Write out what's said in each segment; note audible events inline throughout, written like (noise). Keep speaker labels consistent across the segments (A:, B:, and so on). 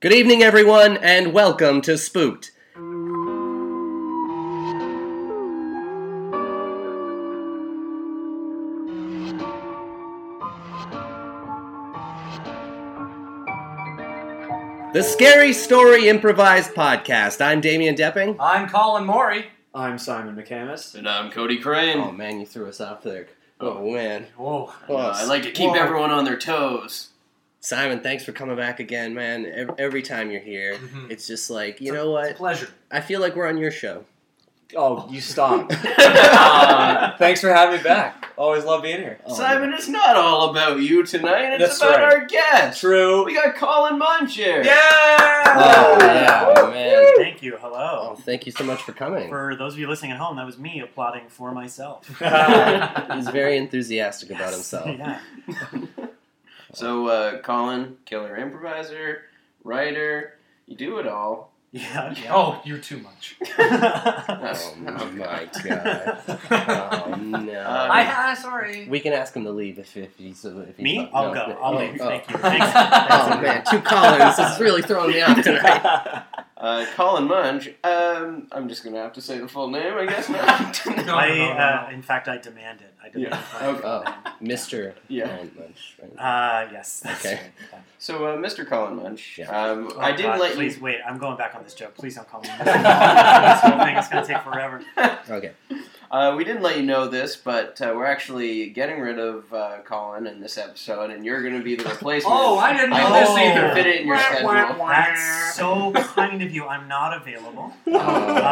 A: Good evening, everyone, and welcome to Spooked. The Scary Story Improvised Podcast. I'm Damian Depping.
B: I'm Colin Mori.
C: I'm Simon McCamus.
D: And I'm Cody Crane.
A: Oh man, you threw us off there. Oh man.
B: Whoa.
D: Uh, I like to keep
A: Whoa.
D: everyone on their toes.
A: Simon, thanks for coming back again, man. Ev- Every time you're (laughs) here,
B: Mhm.
A: it's just like, you know what?
B: Pleasure.
A: I feel like we're on your show.
C: Oh, you stop.
D: Uh,
C: (laughs) Thanks for having me back. Always love being here.
A: Oh,
D: Simon, it's not all about you tonight. It's
C: That's
D: about
C: right.
D: our guest.
C: True.
D: We got Colin Muncher.
A: Oh,
C: Yeah.
A: yeah, man.
E: Thank you.
A: Oh,
E: Hello.
A: thank you so much for coming.
E: For those of you listening at home, that was me applauding
A: (laughs)
E: for myself.
A: He's very enthusiastic about (laughs) himself.
E: yeah.
D: So, uh, Colin, killer improviser, writer, you do it all.
E: Yeah. (laughs)
B: Oh, you're too (laughs) much.
E: yeah.
A: Oh my god. (laughs) Oh
D: Uh,
A: no.
B: I, ah,
C: (laughs)
B: sorry.
A: We can ask him to leave if, if he's if he's
E: me?
A: not- no,
E: I'll go.
A: no,
E: I'll
A: oh,
E: leave.
A: oh.
E: Thank you. Thanks.
A: Oh man, two Collins. This is really throwing me off tonight. (laughs)
D: Uh, Colin Munch, um, I'm just going to have to say the full name, I guess. now. (laughs)
B: No,
E: I,
B: no, no,
E: uh,
B: no.
E: in fact, I demand it. I demand
D: Yeah.
E: my
D: Okay.
A: Oh, Mr.
D: Yeah.
A: Colin Munch, right?
E: Uh, yes. that's
A: Okay.
E: right.
D: so, uh, Mr. Colin Munch,
A: Yeah.
D: um,
E: Oh,
D: I didn't
E: God,
D: let you.
E: Please wait. I'm going back on this joke. Please
A: (laughs)
E: don't call me. Mr. this whole thing is going to take forever.
A: Okay.
D: Uh, we didn't let you know this, but uh, we're actually getting rid of uh, Colin in this episode, and you're going to be the replacement.
B: Oh, I didn't know
D: I
B: this
D: hope you
B: either.
D: can fit it in your
B: Wah,
D: schedule.
B: wah, wah.
E: That's so kind of you. I'm not available.
A: Uh,
B: (laughs)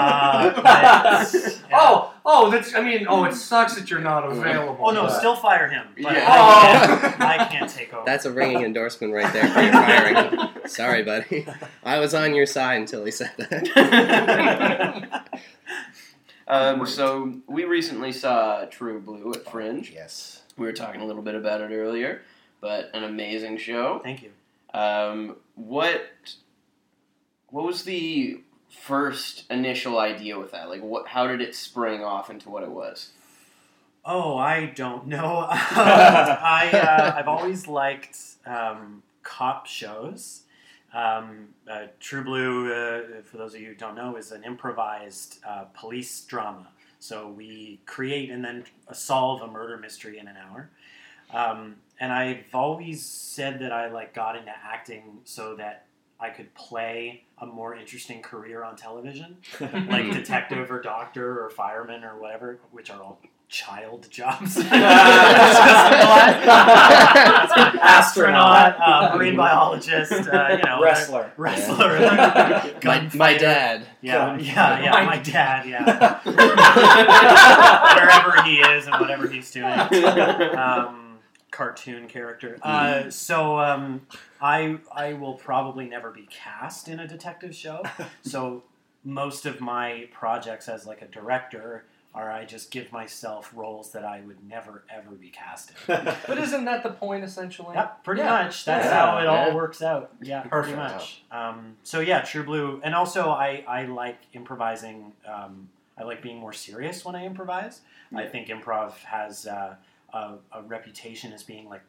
E: Uh, but, yeah.
B: Oh, oh, that's. I mean, oh, it sucks that you're not available.
E: Oh no,
B: but-
E: still fire him. But
D: Yeah.
E: I,
A: (laughs)
E: can't, I can't take over.
A: That's a ringing endorsement right there for your firing. Sorry, buddy. I was on your side until he said that.
E: (laughs)
D: um, so we recently saw True Blue at Fringe.
A: yes.
D: We were talking a little bit about it earlier, but an amazing show.
E: Thank you.
D: Um, what what was the first initial idea with that? Like, what? How did it spring off into what it was?
E: (laughs) Oh, I don't know. (laughs) Um, I uh, I've always liked um, cop shows. Um, uh, True Blue, uh, for those of you who don't know, is an improvised uh, police drama. So we create and then solve a murder mystery in an hour. Um, and I've always said that I like got into acting so that I could play a more interesting career on television, like detective or doctor or fireman or whatever, which are all child jobs. (laughs) Just what? Astronaut, uh, marine biologist, uh, you know,
C: Wrestler.
E: wrestler,
A: My,
E: gunfighter.
A: my dad.
E: Yeah, (laughs) yeah, yeah. My dad, yeah.
D: Wherever
E: Wherever he is and whatever he's doing um, cartoon character. Uh, so um, I I will probably never be cast in a detective show. so most of my projects as like a director are I just give myself roles that I would never ever be cast in.
B: But isn't that the point essentially?
E: Yeah, pretty
B: Yeah.
E: much. That's
C: Yeah.
E: how it all
A: Yeah.
E: works out. Yeah,
B: Perfect.
E: pretty much. Um, so yeah, True Blue, and also I I like improvising. Um, I like being more serious when I improvise. I
D: Yeah.
E: think improv has uh, a, a reputation as being like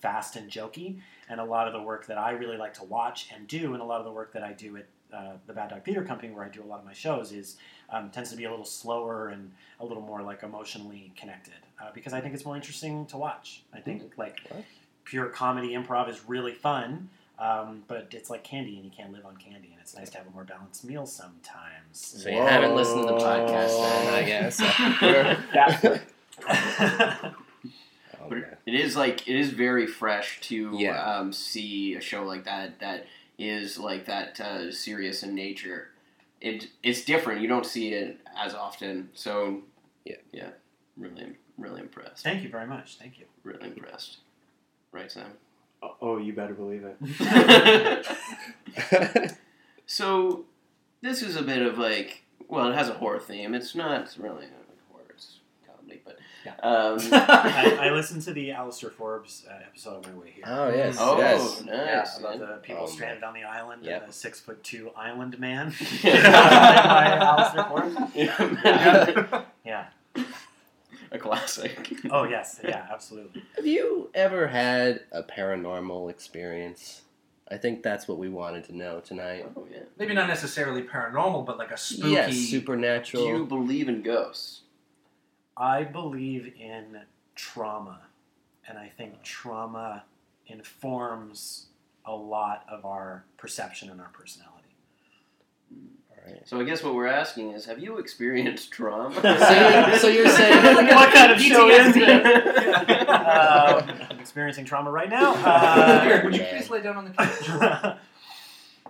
E: fast and jokey, and a lot of the work that I really like to watch and do, and a lot of the work that I do at uh, the Bad Dog Theater Company, where I do a lot of my shows, is um, tends to be a little slower and a little more like emotionally connected uh, because I think it's more interesting to watch. I think like
A: What?
E: pure comedy improv is really fun, um, but it's like candy and you can't live on candy, and it's nice to have a more balanced meal (laughs) sometimes.
A: So you haven't listened to the podcast then, I guess. You're- Oh,
D: But
A: man.
D: it is like it is very fresh to
A: Yeah.
D: um, see a show like that that is like that uh, serious in nature. It it's different. You don't see it as often. So
A: Yeah.
D: yeah, really really impressed.
E: Thank you very much. Thank you.
D: Really impressed. Right, Sam.
E: oh,
C: Oh, you better believe it.
D: (laughs) so this is a bit of like, well, it has a horror theme. It's not really a horror, it's comedy, but.
E: Yeah.
D: Um,
E: (laughs) I, I listened to the Alistair Forbes uh, episode on my way here.
A: Oh yes,
D: oh,
A: yes.
E: Yeah,
D: nice.
E: about
D: man.
E: the people
A: Oh, man.
E: stranded on the island
A: Yep.
E: and the six foot two
A: (laughs)
E: island man. (laughs) By Alistair
D: Yeah.
E: Forbes. Yeah.
D: a (laughs) classic.
E: Oh yes. Yeah. Absolutely.
A: Have you ever had a paranormal experience? I think that's what we wanted to know tonight.
D: Oh, yeah.
B: (laughs) Maybe not necessarily paranormal, but like a spooky.
A: Yes,
D: Do
A: supernatural.
D: you believe in ghosts?
E: I believe in trauma, and I think trauma informs a lot of our perception and our
A: (laughs)
E: personality.
D: So I guess what we're asking is, have you experienced trauma?
A: so, you, so
D: (laughs)
A: you're saying
E: What kind of show is
D: this?
E: Um, I'm experiencing trauma right now.
C: (laughs)
E: Uh,
B: Here, would you please lay down on the couch?
E: (laughs)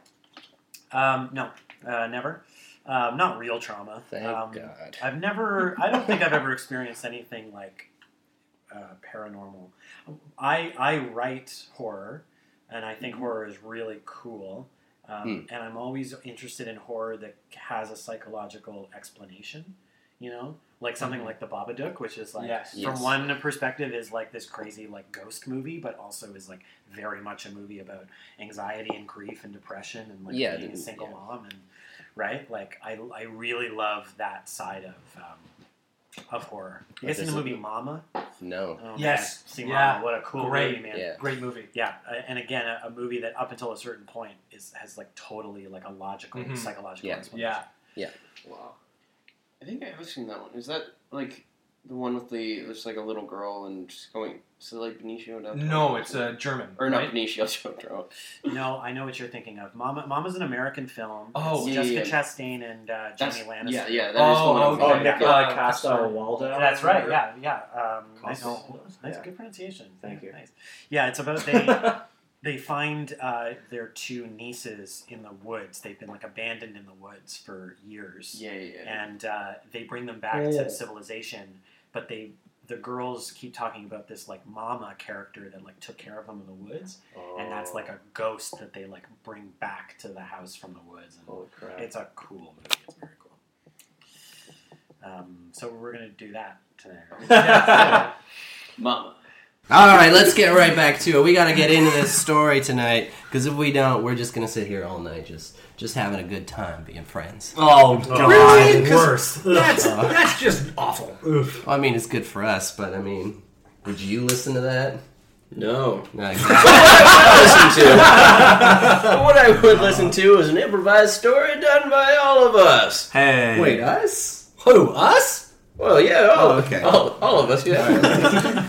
E: um, no, uh, never. Um, not real trauma.
A: Thank
E: um,
A: God.
E: I've never. I don't think I've ever experienced anything like uh, paranormal. I I write horror, and I think horror is really cool. Um, And I'm always interested in horror that has a psychological explanation. You know, like something like The Babadook, which is like
C: Yes.
E: from
A: Yes.
E: one perspective is like this crazy like ghost movie, but also is like very much a movie about anxiety and grief and depression and like
A: Yeah,
E: being a
A: the-
E: single
A: yeah.
E: mom and right like I, I really love that side of um, of horror you
A: Like
E: guys seen the
A: this-
E: movie Mama
A: no.
E: oh,
B: Yes.
E: see
B: Yeah.
E: Mama what a cool
B: Great.
E: movie man
A: Yeah.
B: Great movie.
E: yeah a- and again a, a movie that up until a certain point is has like totally like a logical
B: Mhm.
E: psychological
A: Yeah.
E: explanation
B: Yeah.
D: (laughs)
E: (laughs)
D: wow. I think I have seen that one. Is that like the one with the it's like a little girl and she's going so like Benicio del Toro?
B: No, it's
F: uh,
B: a German.
D: or not
B: right?
D: Benicio del Toro.
E: no I know what you're thinking of Mama Mama's an American film
B: Oh,
E: It's
D: yeah,
E: Jessica
D: yeah.
E: Chastain and uh,
D: That's
E: Jamie Lannister
D: yeah, yeah. That is the one. I'm
B: Oh,
C: Oh,
D: thinking
B: okay.
D: of.
C: Nicola
B: Uh,
C: Castel
B: Castel.
C: Waldo.
E: Oh, That's right. Yeah, yeah. Um, nice,
C: Cool.
E: nice,
C: Yeah.
E: good pronunciation.
C: Thank you.
E: Nice. Yeah, it's
G: Oh,
E: about they (laughs) they find uh, their two nieces in the woods. They've been like abandoned in the woods for years,
D: Yeah, yeah. yeah.
E: and uh, they bring them back
C: Yeah.
E: to civilization. But they the girls keep talking about this like mama character that like took care of them in the woods, and that's like
H: Oh.
E: a ghost that they like bring back to the house from the woods. And
C: Holy crap.
E: it's a cool movie. It's very cool. Um, so we're gonna do that today.
H: (laughs)
C: Yeah.
D: Mama.
A: All right, let's get right back to it. We got to get into this story tonight because if we don't, we're just gonna sit here all night, just just having a good time being friends.
C: Oh,
A: Really? 'Cause
B: Worse. That's that's just awful.
A: Well, I mean, it's good for us, but I mean, would you listen to that?
H: No.
A: Not (laughs) exactly.
H: listen to. But what I would listen to is an improvised story done by all of us.
C: Hey.
A: Wait, us? Who us?
H: Well, yeah, all,
A: Oh,
H: of-
A: okay.
H: all, all of us, (laughs) yeah.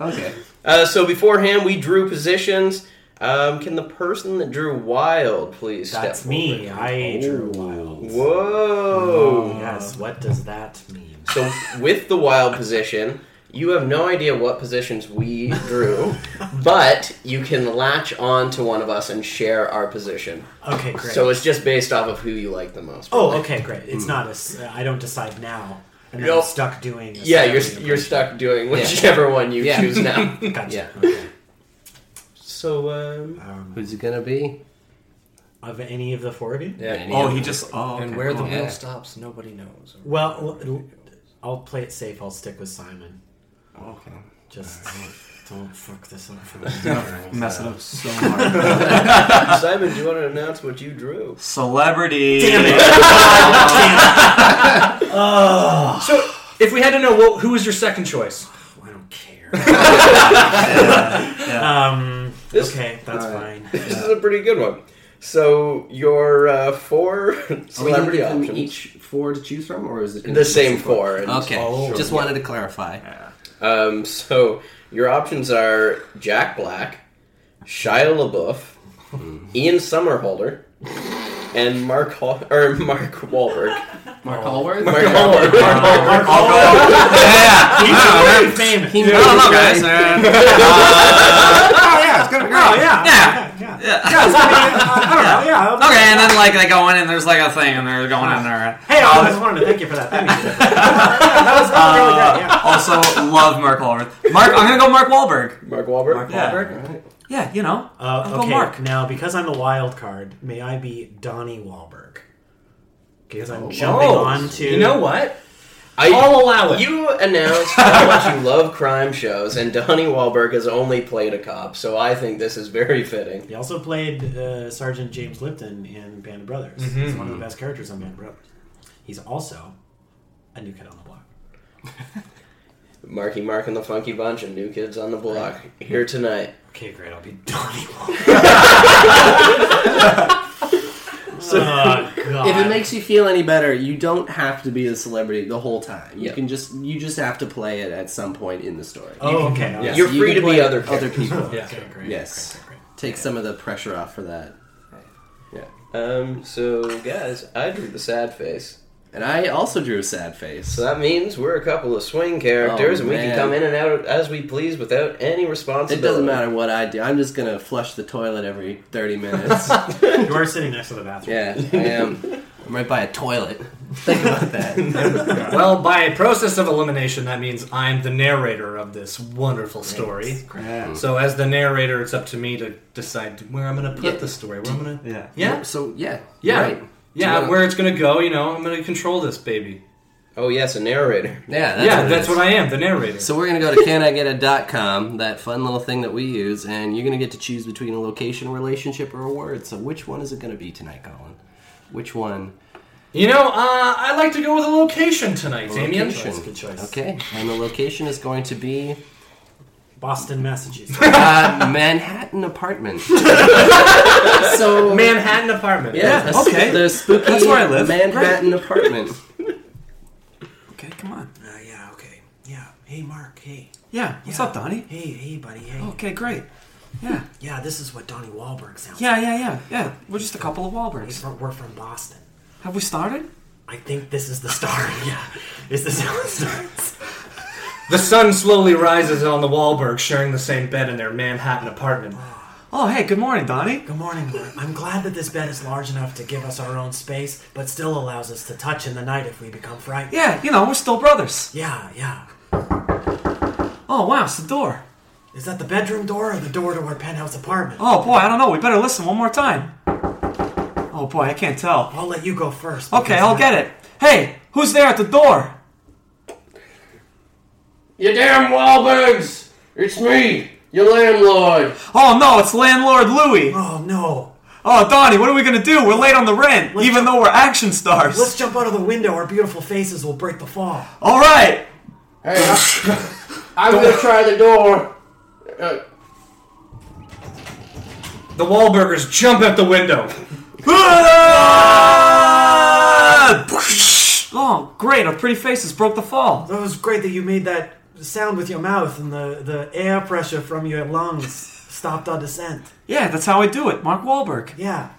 A: Okay.
H: uh, so beforehand, we drew positions. Um, can the person that drew wild please
E: That's
H: step
E: me. I drew
H: forward?
E: wild.
H: Whoa.
E: Yes. What does that mean?
H: So with the wild position, you have no idea what positions we (laughs) drew, but you can latch on to one of us and share our position.
E: Okay, great.
H: So it's Hmm. just based off of who you like the most.
E: oh, okay, great. It's not a. s- I don't decide now, and then
H: Nope.
E: I'm stuck doing. A
H: Yeah, you're
E: celebrity
H: you're stuck doing whichever one you
A: Yeah.
H: choose now.
E: impression. Gotcha.
A: Yeah.
E: (laughs) Okay.
H: so, um,
E: Um,
A: Who's it gonna be?
E: of any of the four of you?
A: Any
G: Oh,
A: of
G: he
A: them?
G: just. Oh,
H: And
G: okay,
H: where the
G: cool.
H: wheel
G: stops, nobody knows.
E: Well, l- l- I'll play it safe. I'll stick with Simon.
G: okay.
E: Just don't, don't fuck this up for
G: (laughs)
E: me.
G: Mess it up so (laughs)
H: (laughs)
G: hard.
H: Simon, do you want to announce what you drew?
G: Celebrity. (laughs)
E: Oh,
F: So, if we had to know, well, who was your second choice?
E: I don't
F: (laughs)
E: care. um,
H: This-
E: okay, that's fine.
H: This is a pretty good one. So your uh,
D: (laughs)
H: four
A: Are we gonna
H: celebrity
A: give them
H: options,
A: each four to choose from, or is it gonna
H: the
A: be
H: same
A: just-
H: four. and-
A: Okay.
E: Oh,
A: just wanted to clarify.
H: Um, so your options are Jack Black, Shia LaBeouf, Ian Somerhalder, and Mark Hall- or Mark Wahlberg.
A: Mark Hallworth.
H: Mark Wahlberg. Mark Wahlberg.
E: Mark
G: (laughs) I'll go. (laughs) Yeah.
E: He's
G: Wow,
E: very
G: that's-
E: famous.
A: He
G: I don't
A: knows,
G: know,
A: guys.
G: guys. oh yeah, it's gonna be great.
E: Oh yeah,
G: Yeah.
E: yeah.
G: Yeah.
E: Yeah, so, I don't know. Oh, Yeah. I'll-
G: Okay, and then like they go in and there's like a thing and they're going in there.
E: Hey, I always wanted to thank you for that. Thank
G: (laughs)
E: you. that was really great. Yeah.
G: Also love Mark Wahlberg. Mark, I'm gonna go Mark Wahlberg.
H: Mark Wahlberg.
E: Mark
G: Yeah.
E: Wahlberg.
G: Yeah, you know.
E: Uh,
G: (laughs) Uncle
E: okay,
G: Mark.
E: now because I'm the wild card, may I be Donnie Wahlberg?
I: Because I'm jumping
E: Oh,
I: on to.
E: You know what?
D: I,
E: I'll allow (laughs) it.
D: You
A: (laughs)
D: announced how much you love crime shows, and Donnie Wahlberg has only played a cop, so I think this is very fitting.
I: He also played uh, Sergeant James Lipton in Band of Brothers. He's
G: Mm-hmm.
I: one of the best characters on Band of Brothers. He's also a new kid on the block.
D: Marky Mark and the Funky Bunch and New Kids on the Block here tonight.
I: Okay, great. I'll be Donnie
D: So-
I: oh God!
A: If it makes you feel any better, you don't have to be a celebrity the whole time. You
D: Yeah.
A: can just you just have to play it at some point in the story.
I: oh, okay.
A: Yes,
D: You're
A: you
D: free
A: can
D: to be
A: play
D: other
A: other
D: characters.
A: people.
I: Yeah, okay, great.
A: Yes.
I: Great, great,
A: Take some of the pressure off for that.
D: Um, so guys, I drew the sad face.
A: And I also drew a sad face.
D: So that means we're a couple of swing characters,
A: Oh,
D: and we can
A: man.
D: come in and out as we please without any
A: it
D: responsibility.
A: doesn't matter what I do. I'm just gonna flush the toilet every 30
D: (laughs)
A: minutes.
I: great. You are sitting next to the bathroom.
A: yeah, I am. I'm right by a toilet. Think about that.
E: Well, by process of elimination, that means I'm the narrator of this wonderful story.
A: Mm.
J: Yeah.
E: So, as the narrator, it's up to me to decide where I'm going to put
A: Yeah.
E: the story. Where I'm going to,
J: Yeah.
E: yeah,
A: So yeah,
E: yeah,
A: right.
E: yeah,
A: Yeah.
E: where it's going to go. You know, I'm going to control this baby.
D: Oh yes, a narrator.
A: Yeah, that's
E: yeah,
A: what it
E: that's
A: is.
E: what I am, the narrator.
A: So we're gonna go to canigeta.com, that fun little thing that we use, and you're gonna get to choose between a location, a relationship, or a word. So which one is it gonna be tonight, Colin? Which one?
E: you know, uh, I like to go with a location tonight, Damien.
A: Location.
I: good choice.
A: Okay, and the location is going to be
I: Boston, Massachusetts.
A: (laughs) uh, Manhattan apartment. (laughs) so
E: Manhattan apartment.
A: yeah, the sp-
E: okay.
A: the spooky
E: That's where I live.
A: Manhattan apartment.
E: Okay, come on.
I: Uh, yeah, okay. Yeah. Hey, Mark. Hey.
F: Yeah, what's up, Donnie?
I: Hey, hey, buddy. Hey.
G: Oh.
F: Okay, great. Yeah,
I: Yeah, this is what Donnie Wahlberg sounds
F: yeah, yeah, yeah, yeah. We're just a couple of
I: like.
F: Wahlbergs.
I: From, we're from Boston.
F: Have we started?
I: I think this is the start. (laughs) yeah. Is this how it starts?
E: The sun slowly rises on the Wahlberg, sharing the same bed in their Manhattan apartment.
F: Oh, hey, good morning, Donnie.
I: Good morning, Mark. I'm glad that this bed is large enough to give us our own space, but still allows us to touch in the night if we become frightened.
F: Yeah, you know, we're still brothers.
I: Yeah, yeah.
F: Oh, wow, it's the door.
I: Is that the bedroom door or the door to our penthouse apartment?
F: Oh, boy, I don't know. We better listen one more time. Oh, boy, I can't tell.
I: I'll let you go first.
F: Okay, I'll get it. Hey, who's there at the door?
A: You damn Wahlbergs! It's me, your landlord.
F: Oh, no, it's landlord Louie.
I: Oh no!
F: Oh, Donnie, what are we gonna do? We're late on the rent, even though we're action stars.
I: Let's jump out of the window. Our beautiful faces will break the fall.
F: All right.
A: Hey, I, (laughs) I'm gonna try the door. Uh,
E: The Wahlburgers jump out the window.
F: (laughs) Oh, great! Our pretty faces broke the fall.
I: That was great that you made that sound with your mouth and the, the air pressure from your lungs stopped our descent.
F: Yeah, that's how I do it. Mark Wahlberg.
I: Yeah.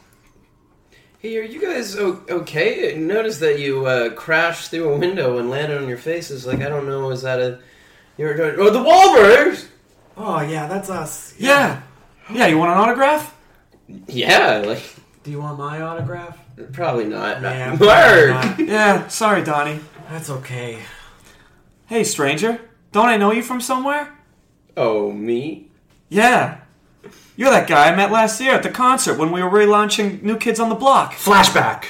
D: Hey, are you guys o- okay? Notice that you uh, crashed through a window and landed on your faces. Like I don't know, is that a you're doing? Oh, the Wahlbergs.
I: Oh yeah, that's us.
F: Yeah. Yeah, you want an autograph?
D: Yeah, like
I: Do you want my autograph?
D: probably
A: (laughs)
D: not.
I: Yeah,
D: Mark.
I: probably
F: Yeah. Sorry, Donnie.
I: That's okay.
F: Hey, stranger. Don't I know you from somewhere?
D: Oh me.
F: Yeah. You're that guy I met last year at the concert when we were relaunching New Kids on the Block.
E: Flashback.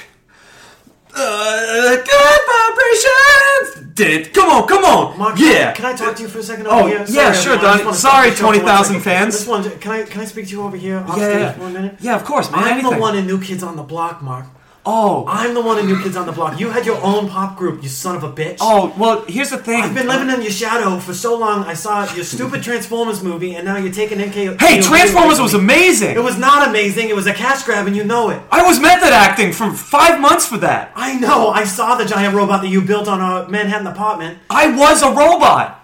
F: Uh, good vibrations. Did come on, come on.
I: Mark,
F: yeah.
I: Can I talk to you for a second?
F: Oh,
I: over here?
F: yeah, sure,
I: everyone, I just
F: Donnie.
I: wanna
F: Sorry,
I: talk to you for one
F: 20,000
I: second.
F: fans.
I: Just one, can I can I speak to you over here? Off
F: Yeah,
I: stage
F: yeah.
I: for a minute.
F: Yeah, of course, man.
I: I'm
F: anything.
I: the one in New Kids on the Block, Mark.
F: Oh.
I: I'm the one in New Kids on the Block. You had your own pop group, you son of a bitch.
F: Oh, well, here's the thing.
I: I've been living in your shadow for so long. I saw your stupid Transformers movie, and now you're taking NK.
F: Hey, Transformers was amazing.
I: It was not amazing. It was a cash grab, and you know it.
F: I was method acting for five months for that.
I: I know. I saw the giant robot that you built on our Manhattan apartment.
F: I was a robot.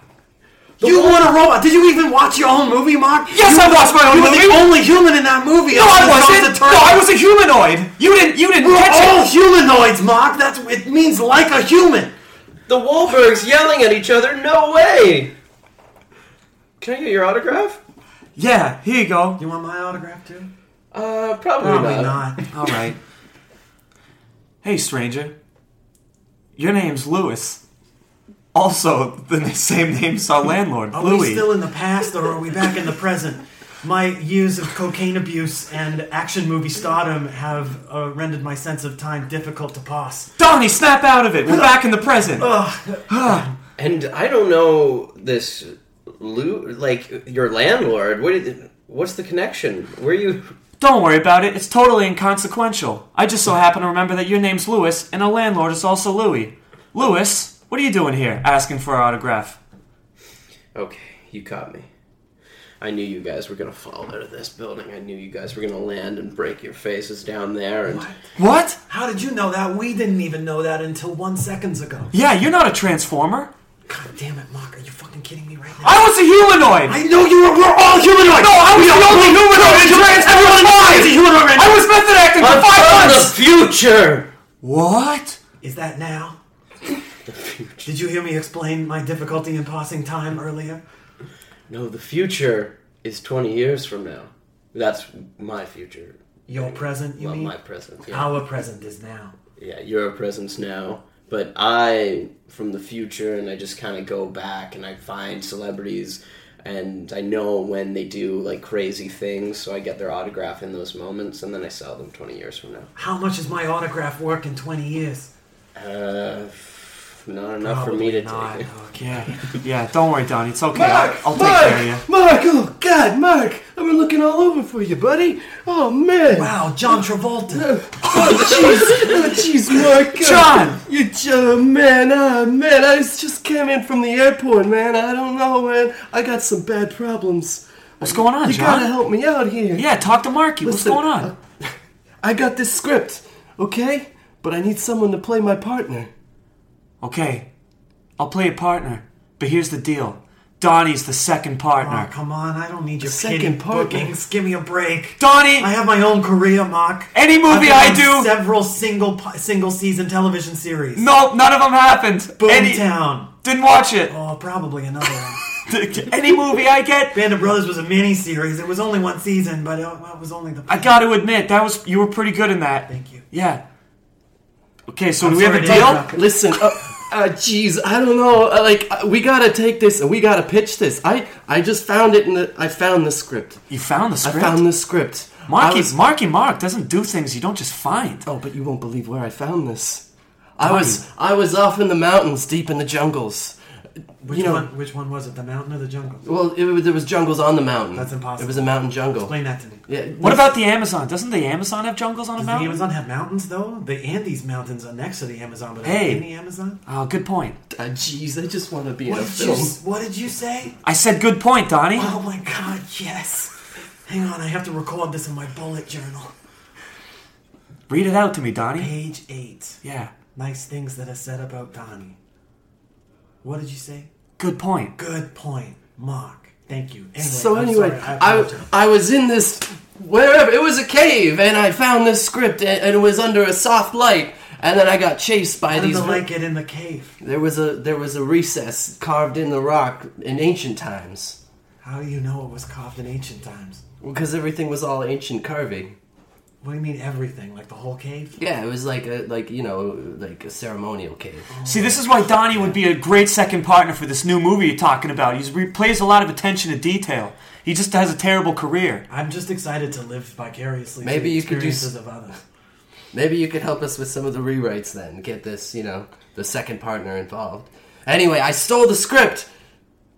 I: you want a robot? Did you even watch your own movie, Mark?
F: Yes,
I: You
F: I
I: were-
F: watched my own
I: you were
F: movie.
I: the only human in that movie.
F: No, I wasn't.
I: The
F: No, I was a humanoid. You didn't. You didn't
I: We're all
F: catch it.
I: humanoids, Mark. That's it means like a human.
D: The Wahlbergs yelling at each other. No way. Can I get your autograph?
F: Yeah, here you go.
I: You want my autograph too?
D: Uh, probably,
I: Probably
D: not.
I: not.
F: All
D: (laughs)
F: right. hey, stranger. Your name's Lewis. Also, the n- same name's our landlord,
I: Are we
F: Louis.
I: still in the past or are we back in the present? My years of cocaine abuse and action movie stardom have uh, rendered my sense of time difficult to pass.
G: Donnie, snap out of it. We're back in the present.
I: Uh.
A: And I don't know this, Lou. Like your landlord. What? Did, what's the connection? Where you?
G: Don't worry about it. It's totally inconsequential. I just so happen to remember that your name's Lewis, and our landlord is also Louis. Lewis, what are you doing here, asking for our autograph?
A: Okay, you caught me. I knew you guys were gonna fall out of this building. I knew you guys were gonna land and break your faces down there. And
G: What?
I: How did you know that? We didn't even know that until one seconds ago.
G: Yeah, you're not a transformer.
I: God damn it, Mark! Are you fucking kidding me right now?
G: I was a humanoid.
I: I know you were. We're all humanoid.
G: no, I was the only humanoid in Transformers Five.
I: Everyone's a humanoid right
G: I
I: now.
G: was method acting for five
A: From
G: months.
A: the future.
G: What?
I: Is that now? Did you hear me explain my difficulty in passing time earlier?
A: No, the future is twenty years from now. That's my future.
I: Your present, you
A: Well,
I: mean?
A: my present. Yeah.
I: Our present is now.
A: yeah, you're a presence now, but I from the future, and I just kind of go back and I find celebrities, and I know when they do like crazy things, so I get their autograph in those moments, and then I sell them twenty years from now.
I: How much is my autograph worth in 20 years?
A: Uh, not enough for me to take. (laughs)
G: Yeah, yeah. Don't worry, Donnie. It's okay. I'll, I'll
A: Mark,
G: take care of
A: (laughs)
G: you.
A: Mark, oh God, Mark! I've been looking all over for you, buddy. Oh man!
I: Wow, John Travolta.
A: Oh jeez, oh, Mark!
G: John!
A: You, oh man, ah man! I just came in from the airport, man. I don't know, man. I got some bad problems.
G: What's going on,
A: You gotta
G: John?
A: help me out here.
G: Yeah, talk to Marky. What's
A: Listen, uh,
G: going on?
A: (laughs) I got this script, okay? But I need someone to play my partner.
G: Okay, I'll play a partner, but here's the deal. Donnie's the second
I: Mark,
G: partner.
I: Oh,
F: Oh.
I: come on, I don't need your
A: Second
I: pity
A: partner.
I: bookings. Give me a break.
G: Donnie,
I: I have my own career, Mark.
G: any
I: I've
G: movie
I: been
G: I
I: on
G: do,
I: Several single pi- single season television series.
G: nope, none of them happened. Any,
I: Boomtown.
G: didn't watch it. (laughs)
I: Oh, probably another one.
G: any movie I get,
I: Band of Brothers was a mini series. It was only one season, but it, it was only the.
G: I got to admit that was you were pretty good in that.
I: Thank you.
G: Yeah. Okay, so
I: I'm
G: do we have
I: sorry
G: a
I: to
G: deal?
I: interrupt.
A: Listen, uh, uh, jeez, I don't know. uh, Like, uh, we gotta take this and we gotta pitch this. I, I just found it in the. I found the script.
G: You found the
A: I
G: script.
A: found the script. I
G: Marky,
A: was-
G: Marky Mark doesn't do things you don't just find.
A: oh, but you won't believe where I found this. I was, I was off in the mountains, deep in the jungles.
I: Which
A: you know-
I: one? Which one was it? The Mountain or the Jungle?
A: Well, it, was- there was jungles on the mountain.
I: That's impossible.
A: It was a mountain jungle.
I: Explain that to me.
A: Yeah,
G: What about the Amazon? Doesn't the Amazon have jungles on a
I: Does the
G: mountain?
I: Amazon have mountains though? The Andes Mountains are next to the Amazon, but are
G: Hey.
I: they in the Amazon.
G: Oh, good point.
A: Uh, Jeez, I just want to be in
I: What
A: a
I: did you?
A: film.
I: What did you say?
G: I said good point, Donnie.
I: Oh my God! Yes. Hang on, I have to record this in my bullet journal.
G: Read it out to me, Donnie.
I: Page eight.
G: Yeah.
I: Nice things that are said about Donnie. What did you say?
G: Good point.
I: Good point, Mark. Thank you. Anyway,
A: So
I: I'm
A: anyway,
I: sorry, I
A: I,
I: apologize.
A: I was in this wherever it was a cave, and I found this script, and, and it was under a soft light, and then I got chased by
I: How did
A: these.
I: the light get in the cave?
A: There was a there was a recess carved in the rock in ancient times,
I: How do you know it was carved in ancient times?
A: because everything was all ancient carving.
I: What do you mean everything? Like the whole cave?
A: Yeah, it was like a like you know like a ceremonial cave.
G: See, this is why Donnie would be a great second partner for this new movie you're talking about. He's, he plays a lot of attention to detail. He just has a terrible career.
I: I'm just excited to live vicariously through
A: Maybe
I: the
A: you could do s-
I: experiences of others.
A: Maybe you could help us with some of the rewrites then. Get this, you know, the second partner involved. Anyway, I stole the script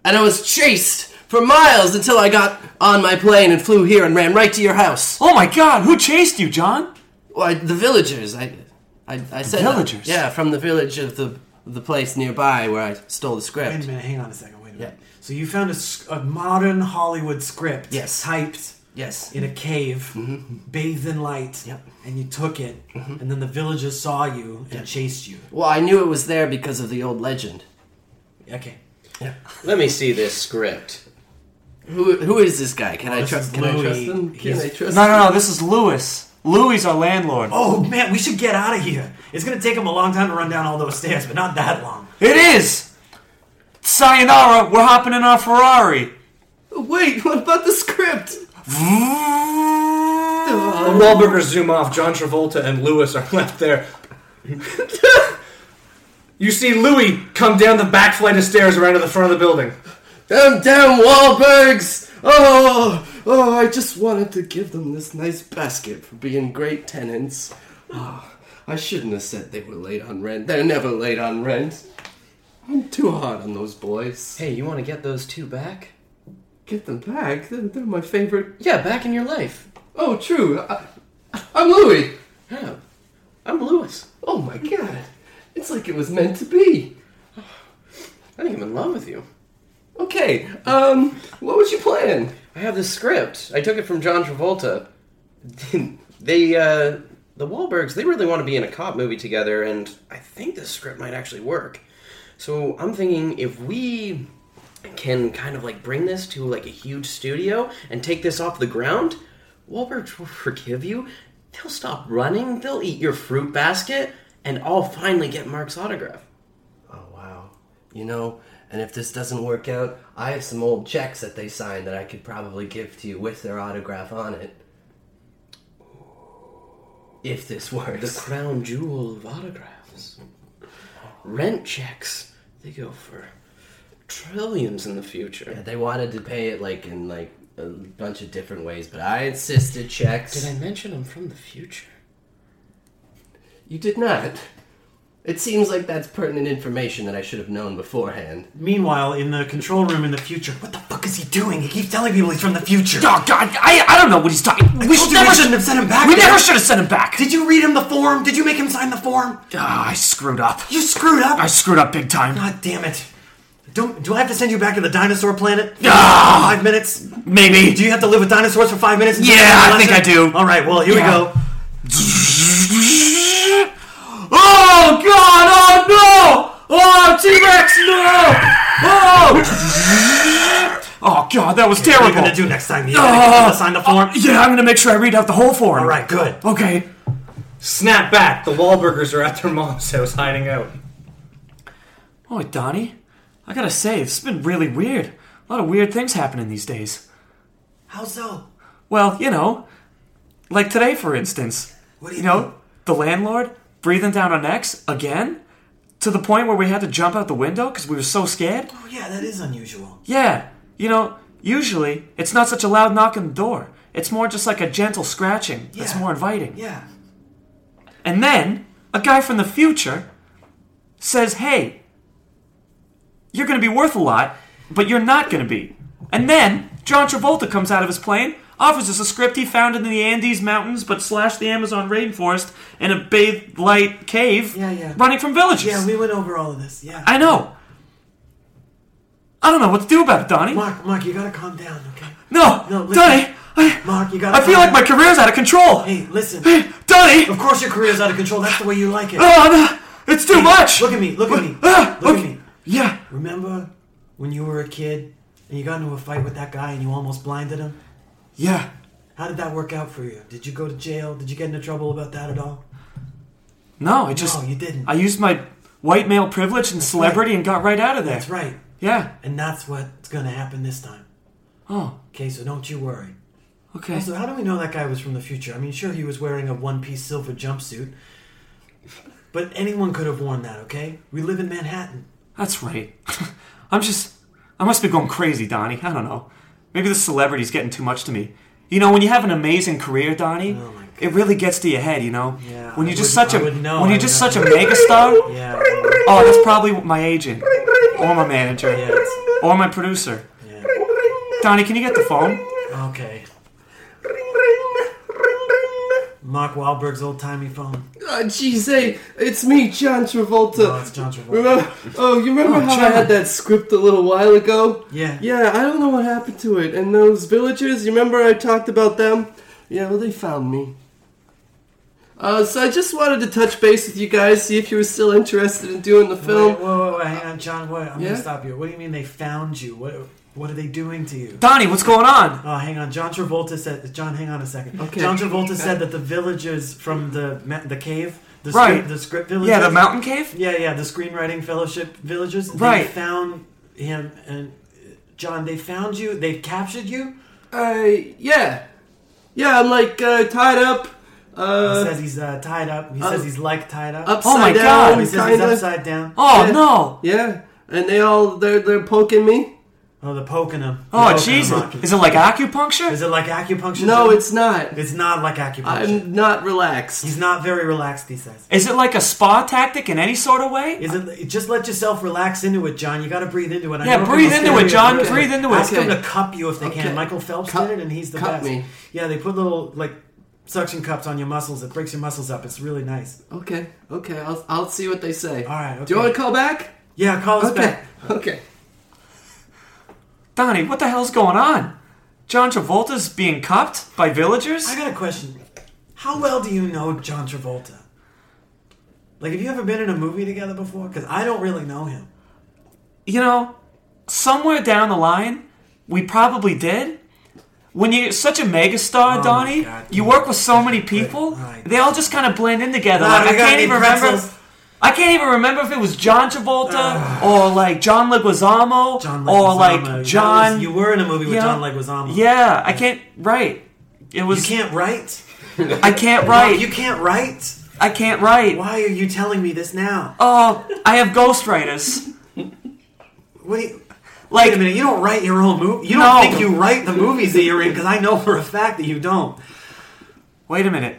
A: and I was chased for miles until I got on my plane and flew here and ran right to your house.
G: Oh my God! Who chased you, John?
A: Why, the villagers. I, I, I said. that.
G: villagers?
A: Yeah, from the village of the the place nearby where I stole the script.
I: Wait a minute, hang on a second. Wait a minute.
A: Yeah.
I: So you found a, s- a modern Hollywood script,
A: Yes.
I: typed
A: Yes.
I: in a cave,
G: Mm-hmm.
I: bathed in light,
A: Yep.
I: and you took it, and then the villagers saw you and chased you.
A: Well, I knew it was there because of the old legend.
I: Okay.
A: Let me see this script. Who, who is this guy? Can I
I: this is
A: trust? Can I
I: Louis.
A: trust him? Can
I: He's-
A: I trust?
G: No, no, no. This is Louis. Louis is our landlord.
I: Oh man, we should get out of here. It's gonna take them a long time to run down all those stairs, but not that long.
G: It is. Sayonara. We're hopping in our Ferrari.
A: Wait, what about the script?
F: The Wahlburgers zoom off. John Travolta and Lewis are (laughs) left there. you see Louis come down the back flight of stairs right to the front of the building.
A: Them damn Wahlbergs! Oh, oh, I just wanted to give them this nice basket for being great tenants. Oh, I shouldn't have said they were late on rent. They're never late on rent. I'm too hard on those boys.
K: Hey, you want to get those two back?
A: Get them back. They're, they're my favorite.
K: Yeah, back in your life.
A: Oh, true. I, I'm Louis.
K: Yeah. I'm Lewis.
A: Oh my god. It's like it was meant to be.
K: I think I'm in love with you.
A: Okay, um, what was your plan?
K: I have this script. I took it from John Travolta. (laughs) they, uh, the Wahlbergs, they really want to be in a cop movie together, and I think this script might actually work. So I'm thinking if we can kind of like bring this to like a huge studio and take this off the ground, Wahlbergs will (laughs) forgive you. They'll stop running. They'll eat your fruit basket, and I'll finally get Mark's autograph.
A: Oh wow. You know, and if this doesn't work out, I have some old checks that they signed that I could probably give to you with their autograph on it. If this (laughs)
K: The
A: works.
K: crown jewel of autographs. Rent checks. They go for trillions in the future.
A: They wanted to pay it like in like a bunch of different ways, but I insisted checks.
K: Did I mention I'm from the future?
A: You did not. It seems like that's pertinent information that I should have known beforehand.
I: Meanwhile, in the control room in the future, what the fuck is he doing? He keeps telling people he's from the future.
G: Oh, God, I, I don't know what he's talking. We should
I: never
G: we
I: shouldn't have sent him back
G: We
I: there.
G: never should have sent him back.
I: Did you read him the form? Did you make him sign the form?
G: Ah, I screwed up.
I: You screwed up.
G: I screwed up big time.
I: God damn it. Don't, do I have to send you back to the dinosaur planet? for
G: Ah!
I: Five minutes?
G: Maybe.
I: Do you have to live with dinosaurs for five minutes? until
G: Yeah,
I: you learn a
G: I think
I: lesson?
G: I do.
I: All right, well, here
G: Yeah.
I: we go.
G: Oh God! Oh no! Oh T-Rex! No! Oh! Oh God! That was
I: What are you going to
G: terrible. Oh,
I: do next time? You going to sign the form?
G: Yeah, I'm gonna make sure I read out the whole form.
I: All right, good.
G: Okay.
F: Snap back. The Wahlburgers are at their mom's house hiding out.
G: Oh, Donnie, I gotta say, it's been really weird. A lot of weird things happening these days.
I: How so?
G: Well, you know, like today, for instance.
I: What do
G: You know, the landlord breathing down our necks again, to the point where we had to jump out the window because we were so scared.
I: Oh, yeah, that is unusual.
G: Yeah, you know, usually it's not such a loud knock on the door. It's more just like a gentle scratching that's
I: Yeah.
G: more inviting.
I: Yeah.
G: And then a guy from the future says, Hey, you're going to be worth a lot, but you're not going to be. And then John Travolta comes out of his plane, offers us a script he found in the Andes Mountains but slashed the Amazon rainforest in a bathed light cave
I: Yeah, yeah.
G: running from villages.
I: Yeah, we went over all of this. Yeah.
G: I know. I don't know what to do about it, Donnie.
I: Mark, Mark, you gotta calm down, okay?
G: No,
I: No, listen.
G: Donnie, I,
I: Mark, you gotta.
G: I feel
I: calm
G: like my
I: down.
G: career's out of control.
I: Hey, listen.
G: Hey, Donnie,
I: Of course your career's out of control. That's the way you (laughs) like it.
G: oh, no, it's too much.
I: Look at me. Look at me.
G: Ah,
I: Look at
G: okay.
I: me.
G: Yeah,
I: Remember when you were a kid and you got into a fight with that guy and you almost blinded him?
G: yeah.
I: How did that work out for you? Did you go to jail? Did you get into trouble about that at all?
G: No, I just
I: No, you didn't.
G: I used my white male privilege and celebrity and got right out of there.
I: That's right.
G: Yeah.
I: And that's what's gonna happen this time.
G: Oh,
I: Okay, so don't you worry.
G: okay.
I: So how do we know that guy was from the future? I mean, sure, he was wearing a one-piece silver jumpsuit, but anyone could have worn that. Okay, we live in Manhattan.
G: That's right. (laughs) I'm just. I must be going crazy, Donnie. I don't know. Maybe the celebrity's getting too much to me. You know, when you have an amazing career, Donnie,
I: Oh my God.
G: it really gets to your head. You know,
I: Yeah,
G: when
I: I
G: you're just
I: wouldn't-
G: such
I: I
G: a
I: wouldn't know,
G: when
I: I
G: you're
I: would
G: just
I: not
G: such a
I: (laughs)
G: megastar.
I: Yeah.
G: Oh, that's probably my agent or my manager
I: it's-
G: or my producer.
I: yeah.
G: Donnie, can you get the phone?
I: Okay. Mark Wahlberg's old-timey phone.
A: Oh, jeez, hey, it's me, John Travolta.
I: Oh, it's John Travolta.
A: Remember, oh, you remember
G: Oh,
A: how I
G: John.
A: had that script a little while ago?
I: Yeah.
A: Yeah, I don't know what happened to it. And those villagers, you remember I talked about them? Yeah, well, they found me. Uh, so I just wanted to touch base with you guys, see if you were still interested in doing the
I: Wait, whoa,
A: film.
I: whoa, whoa, hang on, John. What? I'm
A: Yeah?
I: gonna stop you. What do you mean they found you? What? What are they doing to you?
G: Donnie, what's going on?
I: Oh, hang on. John Travolta said. John, hang on a second.
A: Okay.
I: John Travolta said that the villagers from the ma- the cave, the
G: Right.
I: script, the script villagers,
G: Yeah, the mountain cave.
I: Yeah, yeah, the screenwriting fellowship villages. They
G: Right.
I: found him and uh, John. They found you. They captured you.
A: Uh, yeah. Yeah, I'm like uh, tied up.
I: He
A: Uh,
I: says he's uh, tied up. He says he's like tied up.
A: upside
G: my
A: down,
G: God.
I: he says he's
A: kinda.
I: upside down.
G: Oh
A: Yeah.
G: no!
A: Yeah, and they all they're they're poking me.
I: Oh, the poking him.
G: Oh, Jesus. Is it like acupuncture?
I: Is it like acupuncture?
A: No,
I: too?
A: it's not.
I: It's not like acupuncture.
A: I'm not relaxed.
I: He's not very relaxed these days.
G: Is it like a spa tactic in any sort of way?
I: Is it just let yourself relax into it, John? You got to breathe into it. I
G: Yeah,
I: know
G: breathe
I: people
G: into
I: say
G: it, John.
I: Okay.
G: Breathe into it.
I: Ask
A: Okay.
I: them to cup you if they can.
A: Okay.
I: Michael Phelps
A: Cup-
I: did it, and he's the
A: cup
I: best.
A: me.
I: Yeah, they put little like suction cups on your muscles. It breaks your muscles up. It's really nice.
A: Okay, okay, I'll, I'll see what they say.
I: All right,
A: Do you
I: okay.
A: want to call back?
I: Yeah, call us
A: Okay,
I: back.
A: okay.
G: Donnie, what the hell's going on? John Travolta's being cupped by villagers?
I: I got a question. How well do you know John Travolta? Like, have you ever been in a movie together before? Because I don't really know him.
G: you know, somewhere down the line, we probably did. When you're such a megastar,
I: Oh my
G: Donnie,
I: God.
G: you work with so many people,
I: Right.
G: they all just kind of blend in together.
I: Ah,
G: like,
I: we
G: I
I: got
G: can't
I: any
G: even remember.
I: pretzels?
G: I can't even remember if it was John Travolta or like John Leguizamo
I: Ah. John
G: or
I: Leguizamo. That
G: like
I: was-
G: John.
I: you were in a movie with
G: you know?
I: John Leguizamo.
G: Yeah, I can't. Right. It
I: You
G: was.
I: can't write.
G: I can't write.
I: You can't write.
G: I can't write.
I: Why are you telling me this now?
G: Oh, I have
I: (laughs)
G: ghostwriters.
I: What do you,
G: Like
I: wait a minute, you don't write your own movie. You don't
G: No.
I: think you write the movies that you're in because I know for a fact that you don't.
G: Wait a minute.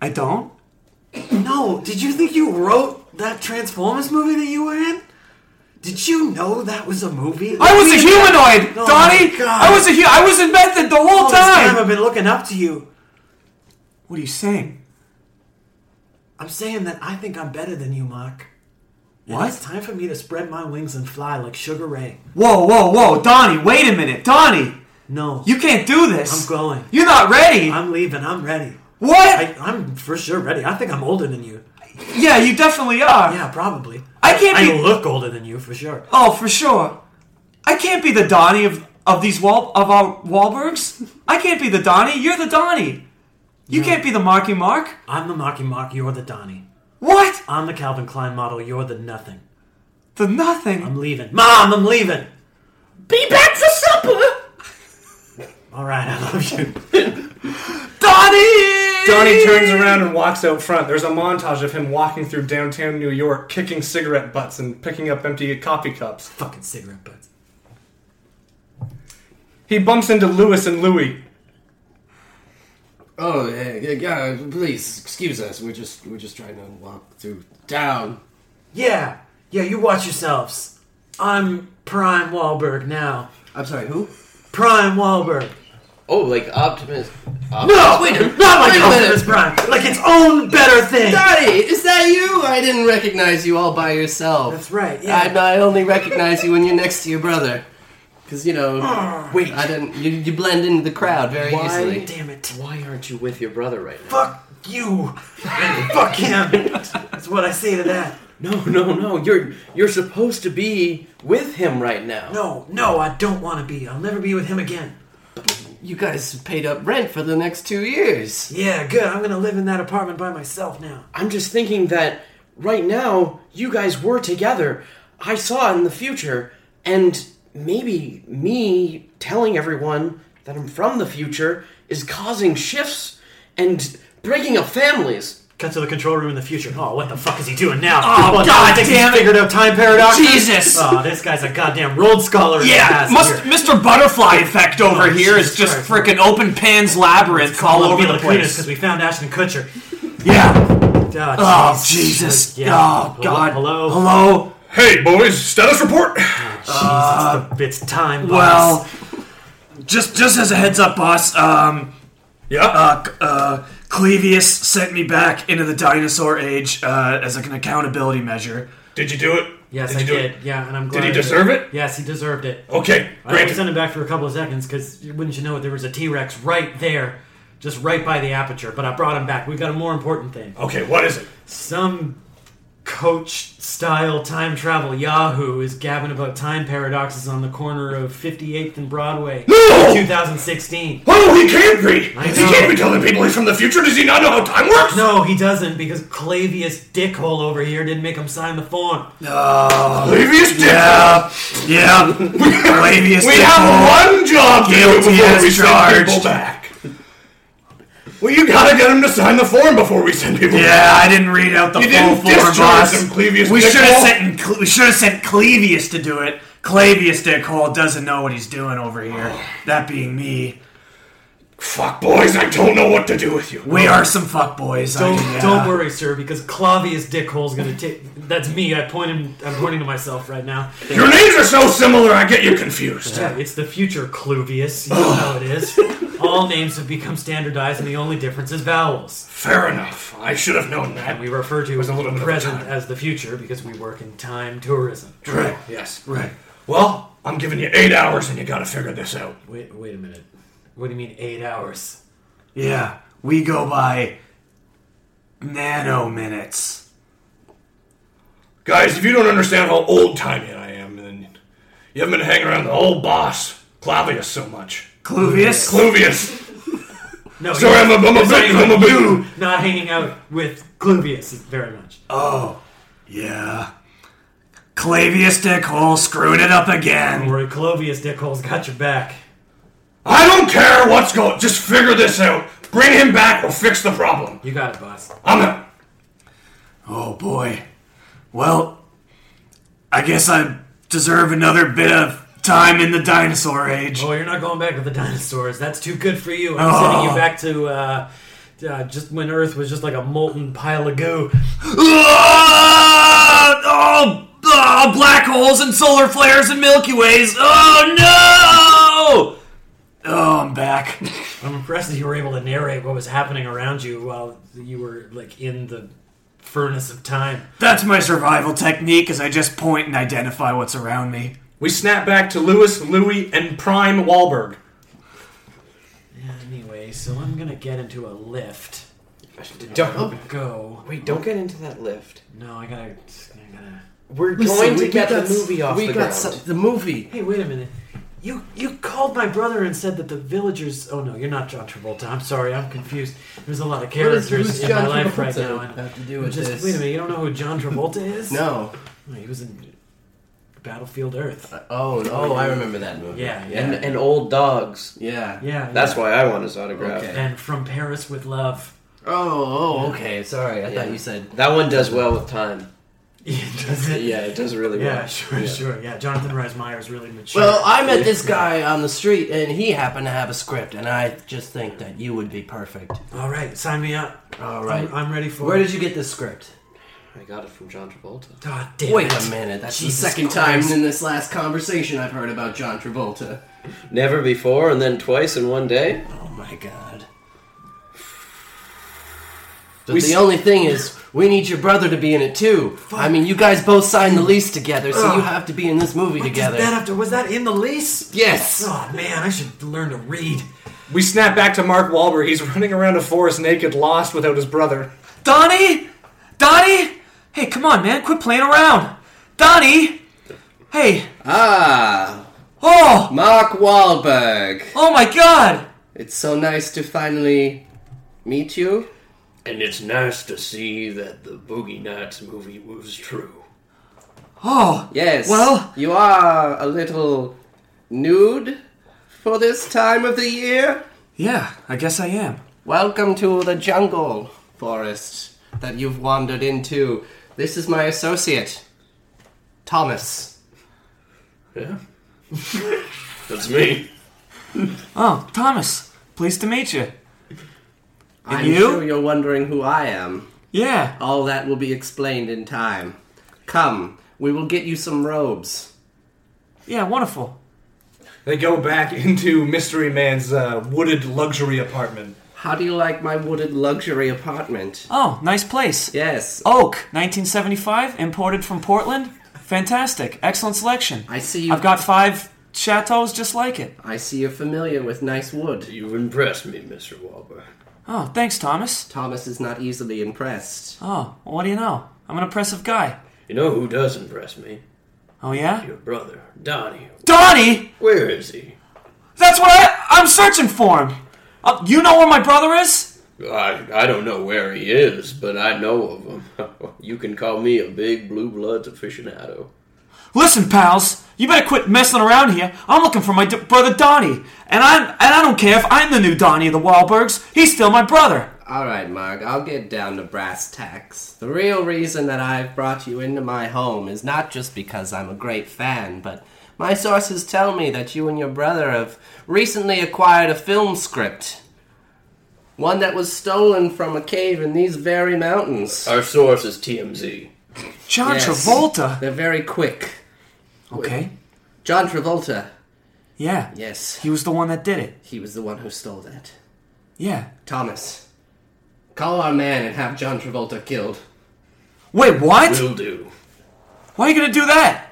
G: I don't.
I: No, did you think you wrote that Transformers movie that you were in? Did you know that was a movie?
G: I was a humanoid,
I: Oh
G: Donnie.
I: my God.
G: I was a hu- I was in method the whole
I: All this
G: time.
I: time I've been looking up to you.
G: What are you saying?
I: I'm saying that I think I'm better than you, Mark. And
G: What?
I: It's time for me to spread my wings and fly like Sugar Ray.
G: Whoa, whoa, whoa, Donnie! Wait a minute, Donnie!
I: No,
G: You can't do this.
I: I'm going.
G: You're not ready.
I: I'm leaving. I'm ready.
G: what?
I: I, I'm for sure ready. I think I'm older than you.
G: yeah, you definitely are.
I: Yeah, probably.
G: I can't
I: I
G: be.
I: look older than you for sure.
G: oh, for sure. I can't be the Donnie of of these wall of our uh, Wahlbergs. I can't be the Donnie. You're the Donnie. You can't be the Marky Mark.
I: I'm the Marky Mark, you're the Donnie.
G: What?
I: I'm the Calvin Klein model, you're the nothing.
G: The nothing.
I: I'm leaving. Mom, I'm leaving!
G: Be back for supper,
I: Alright, I love you.
G: Donnie.
F: Donnie turns around and walks out front. There's a montage of him walking through downtown New York, kicking cigarette butts and picking up empty coffee cups.
I: Fucking cigarette butts.
F: He bumps into Lewis and Louie.
A: Oh, yeah, yeah, yeah, please excuse us. We're just we're just trying to walk through town.
I: Yeah, yeah, you watch yourselves. I'm Prime Wahlberg now.
A: I'm sorry, who?
I: Prime Wahlberg.
D: Oh, like Optimus.
I: No! Wait a minute! Not like
A: Wait a minute.
I: Optimus Prime! Like Oh its own better thing!
A: Daddy, is that you? I didn't recognize you all by yourself.
I: That's right, yeah.
A: I, I only recognize you when you're next to your brother, because you know. Wait, I didn't. You, you blend into the crowd very easily.
I: Damn it.
D: Why aren't you with your brother right now?
I: Fuck you! And fuck him! That's what I say to that.
D: No, no, no. Oh, You're you're supposed to be with him right now.
I: No, no, I don't want to be. I'll never be with him again.
A: You guys paid up rent for the next two years.
I: Yeah, good. I'm gonna live in that apartment by myself now.
D: I'm just thinking that right now you guys were together. I saw it in the future, and maybe me telling everyone that I'm from the future is causing shifts and breaking up families.
I: Cut to the control room in the future. Oh, what the fuck is he doing now?
G: Oh, God
I: Dixon's
G: damn it.
I: Figured out time paradox.
G: Jesus.
I: Oh, this guy's a goddamn road scholar. in the
G: Yeah,
I: past
G: must,
I: year.
G: Mr. Butterfly effect over
I: Oh,
G: here is
I: Jesus
G: just
I: Christ.
G: freaking open pans labyrinth all over the
I: because
G: place.
I: we found Ashton Kutcher.
G: Yeah.
I: Oh,
G: Oh Jesus.
I: Yeah.
G: Oh
I: Hello-
G: God.
I: hello?
G: Hello.
F: Oh, Hey, boys, status report!
I: Jesus, the- it's time. boss.
G: Well, just just as a heads up, boss. Um,
F: Yeah?
G: uh, C- uh, Clevius sent me back into the dinosaur age uh, as like an accountability measure.
F: did you do it?
I: yes,
F: did
I: I
F: you do
I: did. Yeah, and I'm glad.
F: Did he
I: I
F: deserve it?
I: Yes, he deserved it.
F: Okay,
I: I only
F: great.
I: sent him back for a couple of seconds because wouldn't you know it? There was a T Rex right there, just right by the aperture. But I brought him back. We got a more important thing.
F: Okay, what is it?
I: some coach style time travel yahoo is gabbing about time paradoxes on the corner of 58th and Broadway
F: No!
I: in 2016.
F: Oh, he can't be!
I: I
F: He
I: know.
F: can't be telling people he's from the future. Does he not know how time works?
I: No, he doesn't because Clavius dickhole over here didn't make him sign the form.
F: Previous
G: Yeah. Yeah. Clevius.
F: We have one job to do
G: Guilty
F: before
G: as
F: we send
G: charged.
F: people back. Well, you gotta get him to sign the form before we send people back.
G: Yeah, I didn't read out the
F: You
G: full
F: didn't
G: form,
F: discharge
G: boss.
F: him, Clevius
G: we should have
F: Dickhole.
G: sent in Cle- we should have sent Clevius to do it Clavius Dickhole doesn't know what he's doing over here. That being me.
F: Fuck boys, I don't know what to do with you.
G: We are some fuckboys. I-
I: Don't,
G: yeah.
I: don't worry, sir, because Clavius Dickhole's gonna take. That's me. I point him. I'm pointing to myself right now.
F: Your names are so similar, I get you confused.
I: Yeah, it's the future Cluvius. You know how
F: (laughs)
I: it is. All names have become standardized, and the only difference is vowels.
F: Fair enough. I should have known that.
I: And we refer to
F: a little
I: the
F: bit of
I: present
F: time.
I: as the future because we work in time tourism.
F: Right, yes.
I: Right.
F: Well, I'm giving you eight hours and you gotta figure this out.
I: Wait, wait a minute. What do you mean eight hours?
G: yeah, we go by nano minutes.
F: Guys, if you don't understand how old timey I am, then you haven't been hanging around the old boss, Clavius, so much.
G: Cluvius?
F: Cluvius!
I: No,
F: Sorry, I'm a, I'm a bit, I'm a bit.
I: not hanging out with Cluvius very much.
F: Oh.
G: Oh, yeah. Clavius Dickhole screwed it up
I: Don't
G: again.
I: worry, Clovius Dickhole's got your back.
F: I don't care what's going Just figure this out. Bring him back or fix the problem.
I: You got it, boss.
F: I'm out.
G: Oh boy. Well, I guess I deserve another bit of time in the dinosaur age.
I: Oh, you're not going back with the dinosaurs. That's too good for you. I'm
G: Oh.
I: sending you back to uh, uh, just when Earth was just like a molten pile of goo.
G: Ah! Oh, ah, black holes and solar flares and Milky Ways. Oh no! Oh, I'm back.
I: I'm impressed that you were able to narrate what was happening around you while you were like in the furnace of time.
G: That's my survival technique is I just point and identify what's around me.
F: We snap back to Lewis, Louie, and Prime Wahlberg.
I: Anyway, so I'm gonna get into a lift.
D: Don't,
I: Go. (laughs)
D: wait, don't get into that lift.
I: No, I gotta. I gotta.
D: We're
A: Listen,
D: going to
A: we- we
D: get the
A: got s-
D: movie off
A: we
D: the
A: got
D: ground.
A: some- the movie.
I: Hey, wait a minute. You you called my brother and said that the villagers. Oh no, you're not John Travolta. I'm sorry, I'm confused. There's a lot of
A: What is-
I: characters
A: who's
I: in
A: John
I: my life right
A: Travolta
I: now. And
A: have to do with
I: just
A: this?
I: wait a minute. You don't know who John Travolta
G: (laughs)
I: is?
A: No.
I: Oh, he was in Battlefield Earth.
G: Uh,
A: Oh, oh, I remember that movie.
I: Yeah, yeah,
H: And, and old dogs.
A: Yeah.
I: yeah.
H: That's why I want his autograph.
A: Okay.
I: And from Paris with Love.
A: Oh, oh, okay. Sorry, I
H: Yeah.
A: thought you said.
H: That one does well with time.
I: Does it?
H: Yeah, it does really
I: Yeah,
H: well.
I: sure, sure. Yeah, Jonathan Rhys Meyer's really mature.
A: Well, I met this guy on the street, and he happened to have a script, and I just think that you would be perfect.
I: all right, sign me up.
A: All right.
I: I'm, I'm ready for
A: Where
I: it.
A: did you get this script?
H: I got it from John Travolta.
I: God damn
A: Wait
I: it.
A: a minute. That's
I: Jesus
A: the second
I: Christ.
A: time in this last conversation I've heard about John Travolta.
H: Never before, and then twice in one day.
A: Oh my god. But the only thing is, we need your brother to be in it too. I mean, you guys both signed
G: Mm.
A: the lease together, so you have to be in this movie
I: What does
A: together.
I: that have to- was that in the lease?
A: yes.
I: Oh man, I should learn to read.
F: We snap back to Mark Wahlberg. He's running around a forest naked, lost without his brother.
G: Donnie? Donnie? Hey, come on, man. Quit playing around. Donnie? Hey.
A: Ah,
G: Oh,
A: Mark Wahlberg.
G: oh my god.
A: It's so nice to finally meet you.
H: And it's nice to see that the Boogie Nights movie was true.
G: Oh,
A: Yes.
G: Well-
A: you are a little nude for this time of the year.
G: yeah, I guess I am.
A: Welcome to the jungle forest that you've wandered into. This is my associate, Thomas.
H: Yeah. That's me.
G: Oh, Thomas. Pleased to meet you.
A: I'm
G: you?
A: sure you're wondering who I am.
G: Yeah.
A: All that will be explained in time. Come, we will get you some robes.
G: Yeah, wonderful.
F: They go back (laughs) into Mystery Man's uh, wooded luxury apartment.
A: How do you like my wooded luxury apartment?
G: Oh, nice place.
A: Yes.
G: Oak, 1975, imported from Portland. Fantastic. Excellent selection.
A: I see you
G: I've got five chateaus just like it.
A: I see you're familiar with nice wood.
H: You impressed me, Mr. Wahlberg.
G: Oh, thanks, Thomas.
A: Thomas is not easily impressed.
G: Oh, what do you know? I'm an impressive guy.
H: You know who does impress me?
G: Oh, yeah?
H: Your brother, Donnie.
G: Donnie!
H: Where is he?
G: That's what I, I'm searching for him! Uh, you know where my brother is?
H: I, I don't know where he is, but I know of him. (laughs) you can call me a big blue bloods aficionado.
G: Listen, pals, you better quit messing around here. I'm looking for my d- brother Donnie. And, I'm, and I don't care if I'm the new Donnie of the Wahlbergs, he's still my brother.
A: Alright, Mark, I'll get down to brass tacks. The real reason that I've brought you into my home is not just because I'm a great fan, but My sources tell me that you and your brother have recently acquired a film script. One that was stolen from a cave in these very mountains.
H: Our source is TMZ.
G: John
A: Yes.
G: Travolta.
A: They're very quick.
G: Okay.
A: John Travolta.
G: Yeah.
A: Yes,
G: He was the one that did it.
A: he was the one who stole that.
G: Yeah.
A: Thomas, call our man and have John Travolta killed.
G: Wait, what?
H: Will do.
G: Why are you gonna do that?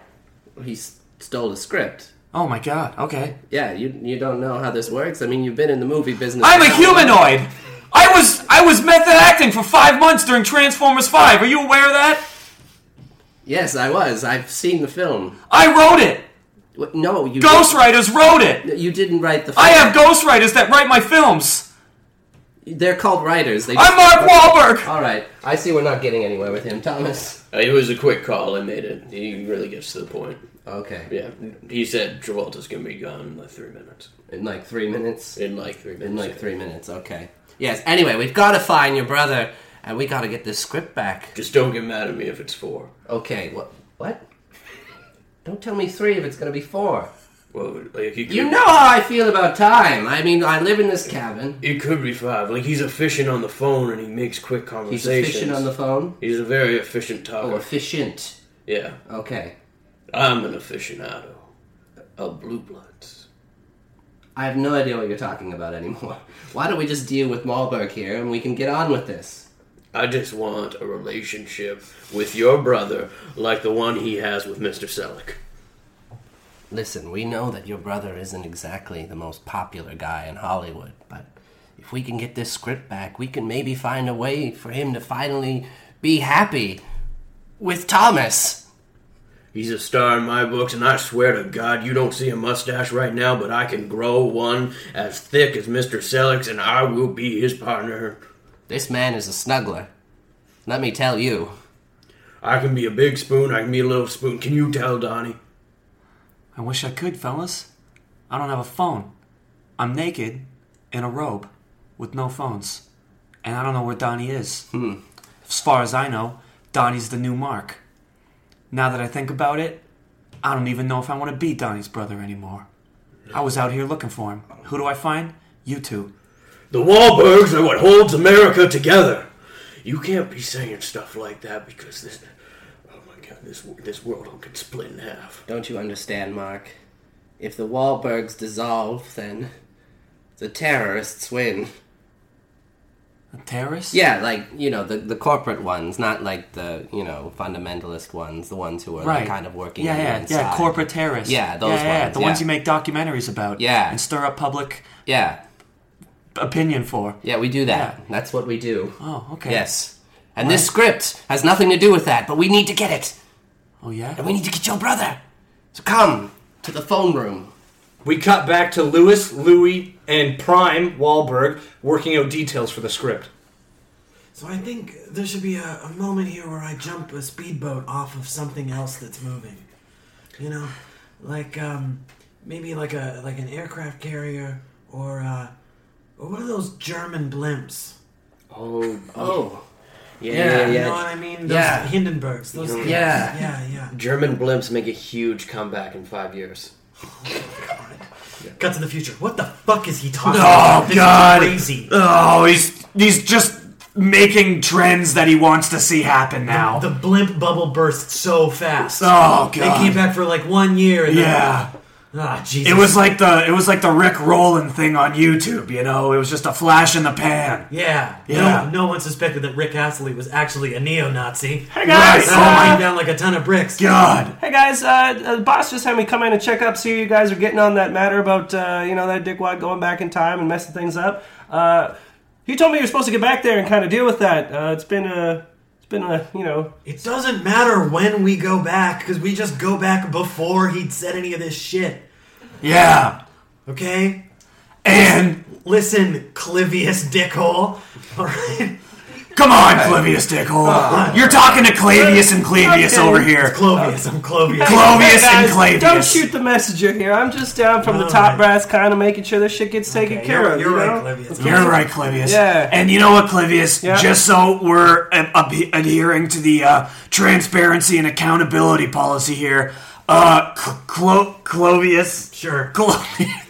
A: He s- stole the script.
G: Oh my god. Okay.
A: Yeah, you you don't know how this works. I mean, you've been in the movie business.
G: I'm a
A: now.
G: humanoid. I was I was method acting for five months during Transformers Five. Are you aware of that?
A: Yes, I was. I've seen the film.
G: I wrote it.
A: Wh- No, you
G: Ghostwriters wrote it.
A: didn't- You didn't write the. Film.
G: I have ghostwriters that write my films.
A: They're called writers. They.
G: I'm Mark Wahlberg.
A: All right. I see we're not getting anywhere with him, Thomas.
H: Uh, it was a quick call. I made it. He really gets to the point.
A: Okay.
H: Yeah. He said Travolta's gonna be gone in like three minutes.
A: In like three minutes.
H: In like three minutes.
A: In like three minutes. Okay. Yes. Anyway, we've got to find your brother, and we got to get this script back.
H: Just don't get mad at me if it's four.
A: Okay. What? What? Don't tell me three if it's gonna be four.
H: Well, like he could,
A: You know how I feel about time. I mean, I live in this cabin.
H: It could be five. Like he's efficient on the phone and he makes quick
A: He's
H: conversations.
A: efficient on the phone.
H: He's a very efficient talker.
A: Oh, efficient.
H: yeah.
A: Okay.
H: I'm an aficionado of blue bloods.
A: I have no idea what you're talking about anymore. (laughs) Why don't we just deal with Malberg here and we can get on with this?
H: I just want a relationship with your brother like the one he has with Mr. Selleck.
A: Listen, we know that your brother isn't exactly the most popular guy in Hollywood, but if we can get this script back, we can maybe find a way for him to finally be happy with Thomas.
H: He's a star in my books, and I swear to God, you don't see a mustache right now, but I can grow one as thick as Mr. Selleck's, and I will be his partner.
A: This man is a snuggler. Let me tell you.
H: I can be a big spoon, I can be a little spoon. Can you tell, Donnie?
G: I wish I could, fellas. I don't have a phone. I'm naked in a robe with no phones, and I don't know where Donnie is.
A: Hmm.
G: As far as I know, Donnie's the new Mark. Now that I think about it, I don't even know if I want to be Donnie's brother anymore. I was out here looking for him. Who do I find? You two.
H: The Wahlbergs are what holds America together. You can't be saying stuff like that because this. Oh my god, this, this world will get split in half.
A: Don't you understand, Mark? If the Wahlbergs dissolve, then the terrorists win.
G: A terrorist?
A: Yeah, like, you know, the, the corporate ones, not like the, you know, fundamentalist ones, the ones who are like,
G: Right.
A: kind of working
G: Yeah,
A: on the
G: yeah, yeah.
A: inside.
G: Corporate terrorists.
A: Yeah, those
G: yeah, yeah,
A: ones,
G: the ones
A: yeah.
G: you make documentaries about.
A: Yeah.
G: and stir up public
A: Yeah,
G: opinion for.
A: yeah, we do that.
G: Yeah.
A: That's what we do.
G: Oh, okay.
A: Yes. And this script has nothing to do with that, but we need to get it.
G: Oh, yeah.
A: And we need to get your brother. So come to the phone room.
F: We cut back to Lewis, Louie, and Prime Wahlberg working out details for the script.
I: So I think there should be a, a moment here where I jump a speedboat off of something else that's moving. You know, like um, maybe like a like an aircraft carrier or uh, or one of those German blimps.
H: Oh,
A: Oh.
H: yeah.
I: You
A: yeah.
I: know what I mean? Those
A: Yeah.
I: Hindenburgs. Those things.
A: Yeah.
I: Yeah, yeah.
H: German blimps make a huge comeback in five years.
I: Cut to the future. What the fuck is he talking
G: Oh
I: about? This is
G: God!
I: crazy.
G: Oh, he's he's just making trends that he wants to see happen now.
I: The blimp bubble burst so fast.
G: oh
I: They came
G: God!
I: back for like one year. And
G: Yeah,
I: Then, ah, Jesus.
G: it was like the it was like the Rick Rollin thing on YouTube. You know, it was just a flash in the pan.
I: Yeah. No,
G: Yeah.
I: no one suspected that Rick Astley was actually a neo-Nazi. Hey
G: guys, uh,
I: down like a ton of bricks.
G: God!
A: Hey guys, uh, uh, the boss just had me come in and check up, see how you guys are getting on that matter about, uh, you know, that dickwad going back in time and messing things up. Uh, he told me you're supposed to get back there and kind of deal with that. Uh, it's been a, it's been a, you know.
I: It doesn't matter when we go back because we just go back before he'd said any of this shit.
G: Yeah,
I: Okay.
G: and
I: Listen, Clivius dickhole. All right.
G: come on, Clevius Dickhole. You're talking to Clavius and Clevius over here.
I: Clovius. I'm Clovius.
F: Oh,
G: Clovius and
A: guys, don't
G: Clavius.
A: shoot the messenger here. I'm just down from the top
I: Alright.
A: brass, kind of making sure this shit gets taken
I: Okay,
A: care
I: you're,
A: of.
I: you're
A: you know?
I: right, Clivius.
G: You're right, Clivius.
A: Yeah.
G: And you know what, Clivius?
A: Yeah.
G: Just so we're ad- ad- adhering to the uh, transparency and accountability policy here, Uh, Cl- Clo- Clovius.
I: Sure.
G: Clo- (laughs)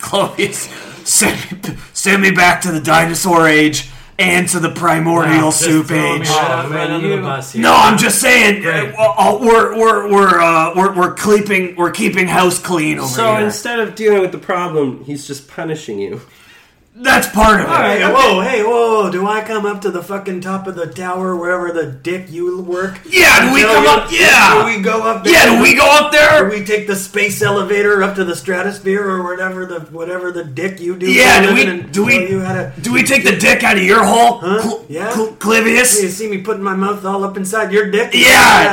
G: Clovius, send me, send me back to the dinosaur age and to the primordial
I: Wow, just
G: soup
I: throwing me
G: age.
I: Right, on, right under the bus here.
G: No, I'm just saying.
I: Great.
G: uh, well, uh, we're we're we're uh, we're we're keeping we're keeping house clean over
A: So
G: here.
A: instead of dealing with the problem, he's just punishing you.
G: That's part of it.
I: All right, whoa, hey, whoa, whoa, do I come up to the fucking top of the tower wherever the dick you work?
G: Yeah, do we
I: Until
G: come
I: you-
G: up? Yeah,
I: Do we go up there?
G: yeah. Do we go up
I: Or
G: there?
I: we take the space elevator up to the stratosphere or whatever the whatever the dick you do.
G: Yeah,
I: for a
G: do we-
I: living and
G: do we-
I: tell You how to,
G: Do we take the dick out of your hole,
I: Huh?
G: Cl-
I: Yeah.
G: Cl- Clivius?
I: you see me putting my mouth all up inside your dick?
G: Yeah.
I: You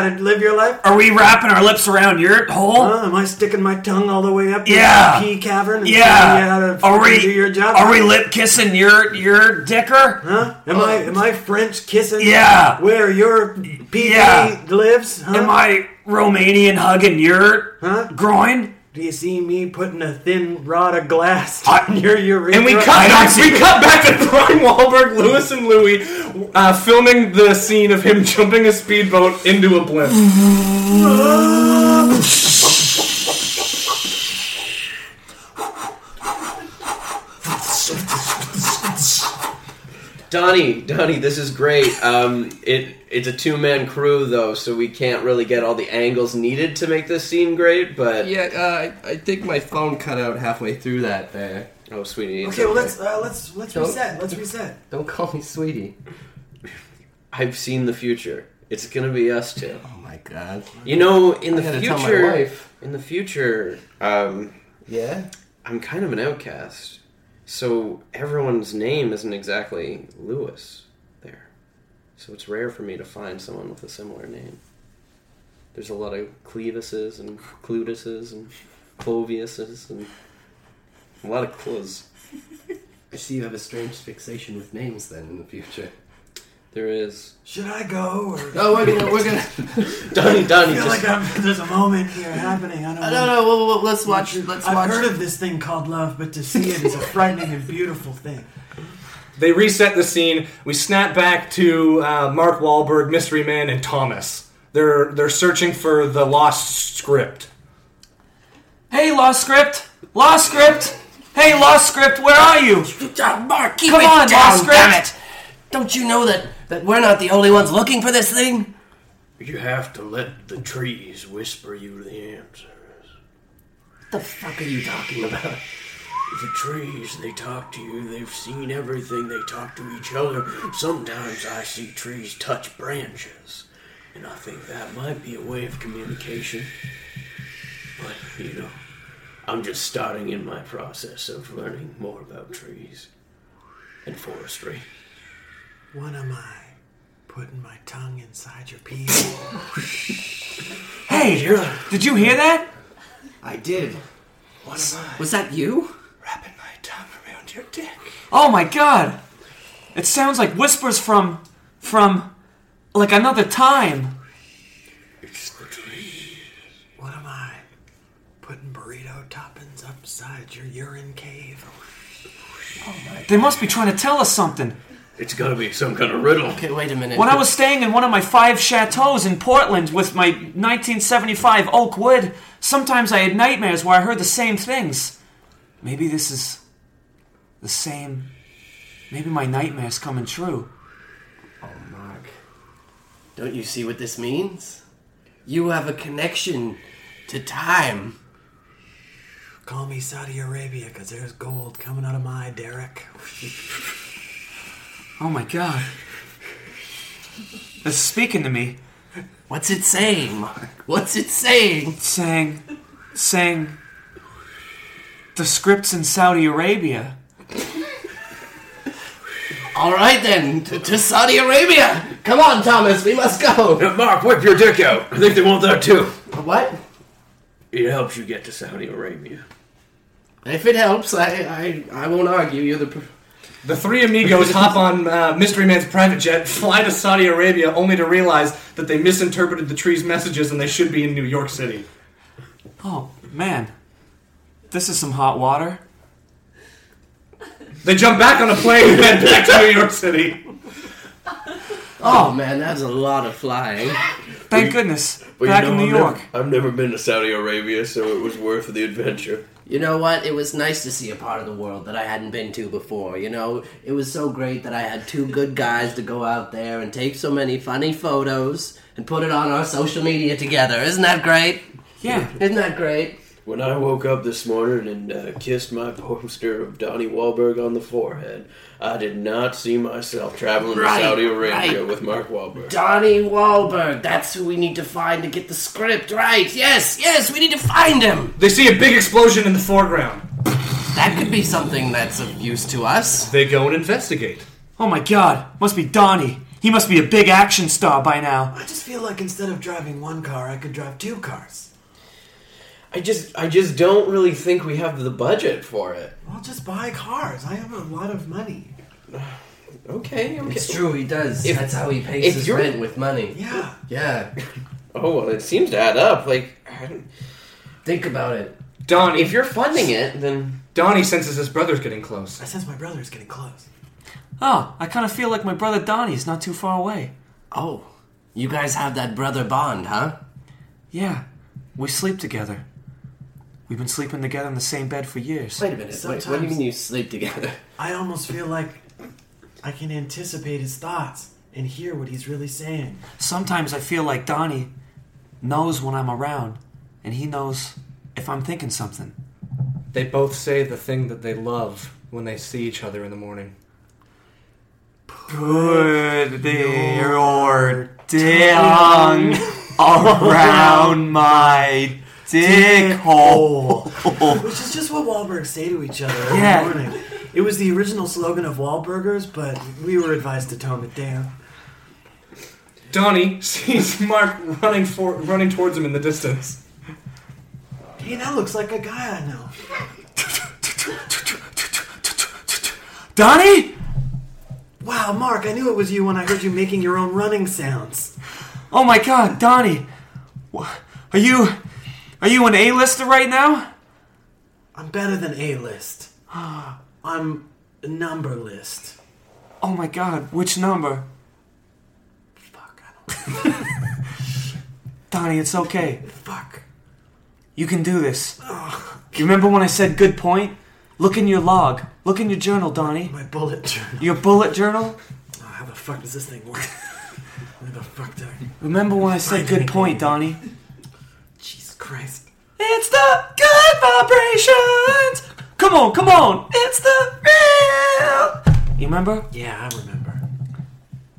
I: know how to live your life?
G: Are we wrapping our lips around your hole?
I: Huh? Am I sticking my tongue all the way up
G: Yeah.
I: your pee cavern and telling you how
G: yeah.
I: to
G: Are
I: fucking
G: we?
I: do your job?
G: Are we lip kissing your your dicker?
I: Huh? Am I am I French kissing?
G: Uh, Yeah.
I: Where your PD
G: Yeah.
I: lives? Huh?
G: Am I Romanian hugging your
I: Huh?
G: groin?
I: Do you see me putting a thin rod of glass (laughs)
G: I-
I: on your urethra?
F: And we cut
G: I don't
F: back.
G: see-
F: We cut back to Brian Wahlberg, Lewis, and Louie uh, filming the scene of him jumping a speedboat into a blimp.
H: Donnie, Donnie, this is great. Um, it it's a two man crew though, so we can't really get all the angles needed to make this scene great. But
A: Yeah, uh, I, I think my phone cut out halfway through that there.
H: oh, sweetie, it's
I: Okay, well let's uh, let's let's
A: Don't-
I: reset. Let's reset.
A: Don't call me sweetie.
H: I've seen the future. It's gonna be us two.
A: Oh my god.
H: You know, in
A: I
H: the
A: gotta
H: future,
A: tell my wife.
H: in the future, um,
A: Yeah?
H: I'm kind of an outcast. So everyone's name isn't exactly Lewis there. So it's rare for me to find someone with a similar name. There's a lot of Clevises and Clutuses and Cloviuses and a lot of Clos.
A: I see you have a strange fixation with names then in the future.
H: There is.
I: Should I go? Or
A: (laughs) No, we're gonna, we're
H: (laughs)
A: gonna.
H: Donnie, Donnie,
I: I feel
H: just.
I: like I'm, there's a moment here happening. I don't.
A: No,
I: wanna-
A: no, well, well, let's watch. Let's
I: I've
A: watch.
I: heard of this thing called love, but to see it is a frightening and beautiful thing.
F: They reset the scene. We snap back to uh, Mark Wahlberg, Mystery Man, and Thomas. They're they're searching for the lost script.
G: Hey, Lost Script! Lost Script! Hey, Lost Script, where are you?
A: Mark, keep
G: Come
A: it
G: on,
A: down,
G: Lost Script!
A: damn it! Don't you know that that we're not the only ones looking for this thing?
L: You have to let the trees whisper you the answers.
A: What the fuck are you talking about?
L: The trees, they talk to you, they've seen everything, they talk to each other. Sometimes I see trees touch branches, and I think that might be a way of communication. But, you know, I'm just starting in my process of learning more about trees and forestry.
I: What am I? Putting my tongue inside your pee.
G: Hey, did you hear that?
A: I did. What am I? Was that you?
L: Wrapping my tongue around your dick.
G: Oh my god! It sounds like whispers from. from. like another time.
L: It's the trees.
I: What am I? Putting burrito toppings upside your urine cave.
G: They must be trying to tell us something.
L: It's gotta be some kind of riddle.
A: Okay, wait a minute.
G: When I was staying in one of my five chateaus in Portland with my 1975 oak wood, sometimes I had nightmares where I heard the same things. Maybe this is the same. Maybe my nightmare's coming true.
A: Mark, don't you see what this means? You have a connection to time.
I: Call me Saudi Arabia, 'cause there's gold coming out of my derrick.
G: (laughs) Oh my god. It's speaking to me,
A: What's it saying, Mark? What's it saying?
G: saying, saying, the scripts in Saudi Arabia.
A: All right then, to, to Saudi Arabia. Come on, Thomas, we must go.
L: Mark, whip your dick out. I think they want that too.
A: What?
L: It helps you get to Saudi Arabia.
A: If it helps, I I, I won't argue. You're the. Pro-
F: The three amigos hop on uh, Mystery Man's private jet, fly to Saudi Arabia, only to realize that they misinterpreted the tree's messages and they should be in New York City.
G: Oh man, this is some hot water.
F: They jump back on a plane and head back to New York City.
A: Oh, man, that's a lot of flying.
G: Thank goodness. Back in New York.
M: I've never been to Saudi Arabia, so it was worth the adventure.
A: You know what? It was nice to see a part of the world that I hadn't been to before. You know, it was so great that I had two good guys to go out there and take so many funny photos and put it on our social media together. Isn't that great?
G: Yeah.
A: Isn't that great?
M: When I woke up this morning and uh, kissed my poster of Donnie Wahlberg on the forehead, I did not see myself traveling
A: Right,
M: to Saudi Arabia
A: right.
M: with Mark Wahlberg.
A: Donnie Wahlberg. That's who we need to find to get the script right. Yes, yes, we need to find him.
F: They see a big explosion in the foreground.
A: That could be something that's of use to us.
F: They go and investigate.
G: Oh my god, must be Donnie. He must be a big action star by now.
I: I just feel like instead of driving one car, I could drive two cars.
H: I just I just don't really think we have the budget for it.
I: I'll just buy cars. I have a lot of money.
H: Okay, okay.
A: It's true, he does. That's how he pays
H: if
A: his
H: you're-
A: rent with money.
I: Yeah.
A: Yeah.
H: (laughs) Oh well, it seems to add up. Like, I don't,
A: think about it,
F: Donnie.
H: If you're funding it, then
F: Donnie senses his brother's getting close.
I: I sense my brother's getting close.
G: Oh, I kind of feel like my brother Donnie's not too far away.
A: Oh, you guys have that brother bond, huh?
G: Yeah, we sleep together. We've been sleeping together in the same bed for years.
A: Wait a minute,
I: wait, what do you mean
A: you sleep (laughs) together?
I: I almost feel like I can anticipate his thoughts and hear what he's really saying.
G: Sometimes I feel like Donnie knows when I'm around, and he knows if I'm thinking something.
F: They both say the thing that they love when they see each other in the morning.
G: Put your tongue (laughs) around my dick hole.
I: Which is just what Wahlbergs say to each other
G: Yeah.
I: in the morning. It was the original slogan of Wahlburgers, but we were advised to tone it down.
F: Donnie (laughs) sees Mark running for running towards him in the distance.
I: He now looks like a guy I know.
G: Donnie?
I: Wow, Mark, I knew it was you when I heard you making your own running sounds.
G: Oh my god, Donnie! Wha- Are you. Are you an A-lister right now?
I: I'm better than A
G: (gasps)
I: list. I'm number list.
G: Oh my god, which number? Fuck, I don't Donnie, it's okay.
I: Fuck.
G: You can do this. You remember when I said good point? Look in your log. Look in your journal, Donnie.
I: My bullet journal.
G: Your bullet journal?
I: Oh, how the fuck does this thing work? (laughs) Where the fuck did I?
G: Remember when I said good point, Donnie?
I: Jesus Christ.
G: It's the good vibrations! Come on, come on! It's the real! You remember?
I: Yeah, I remember.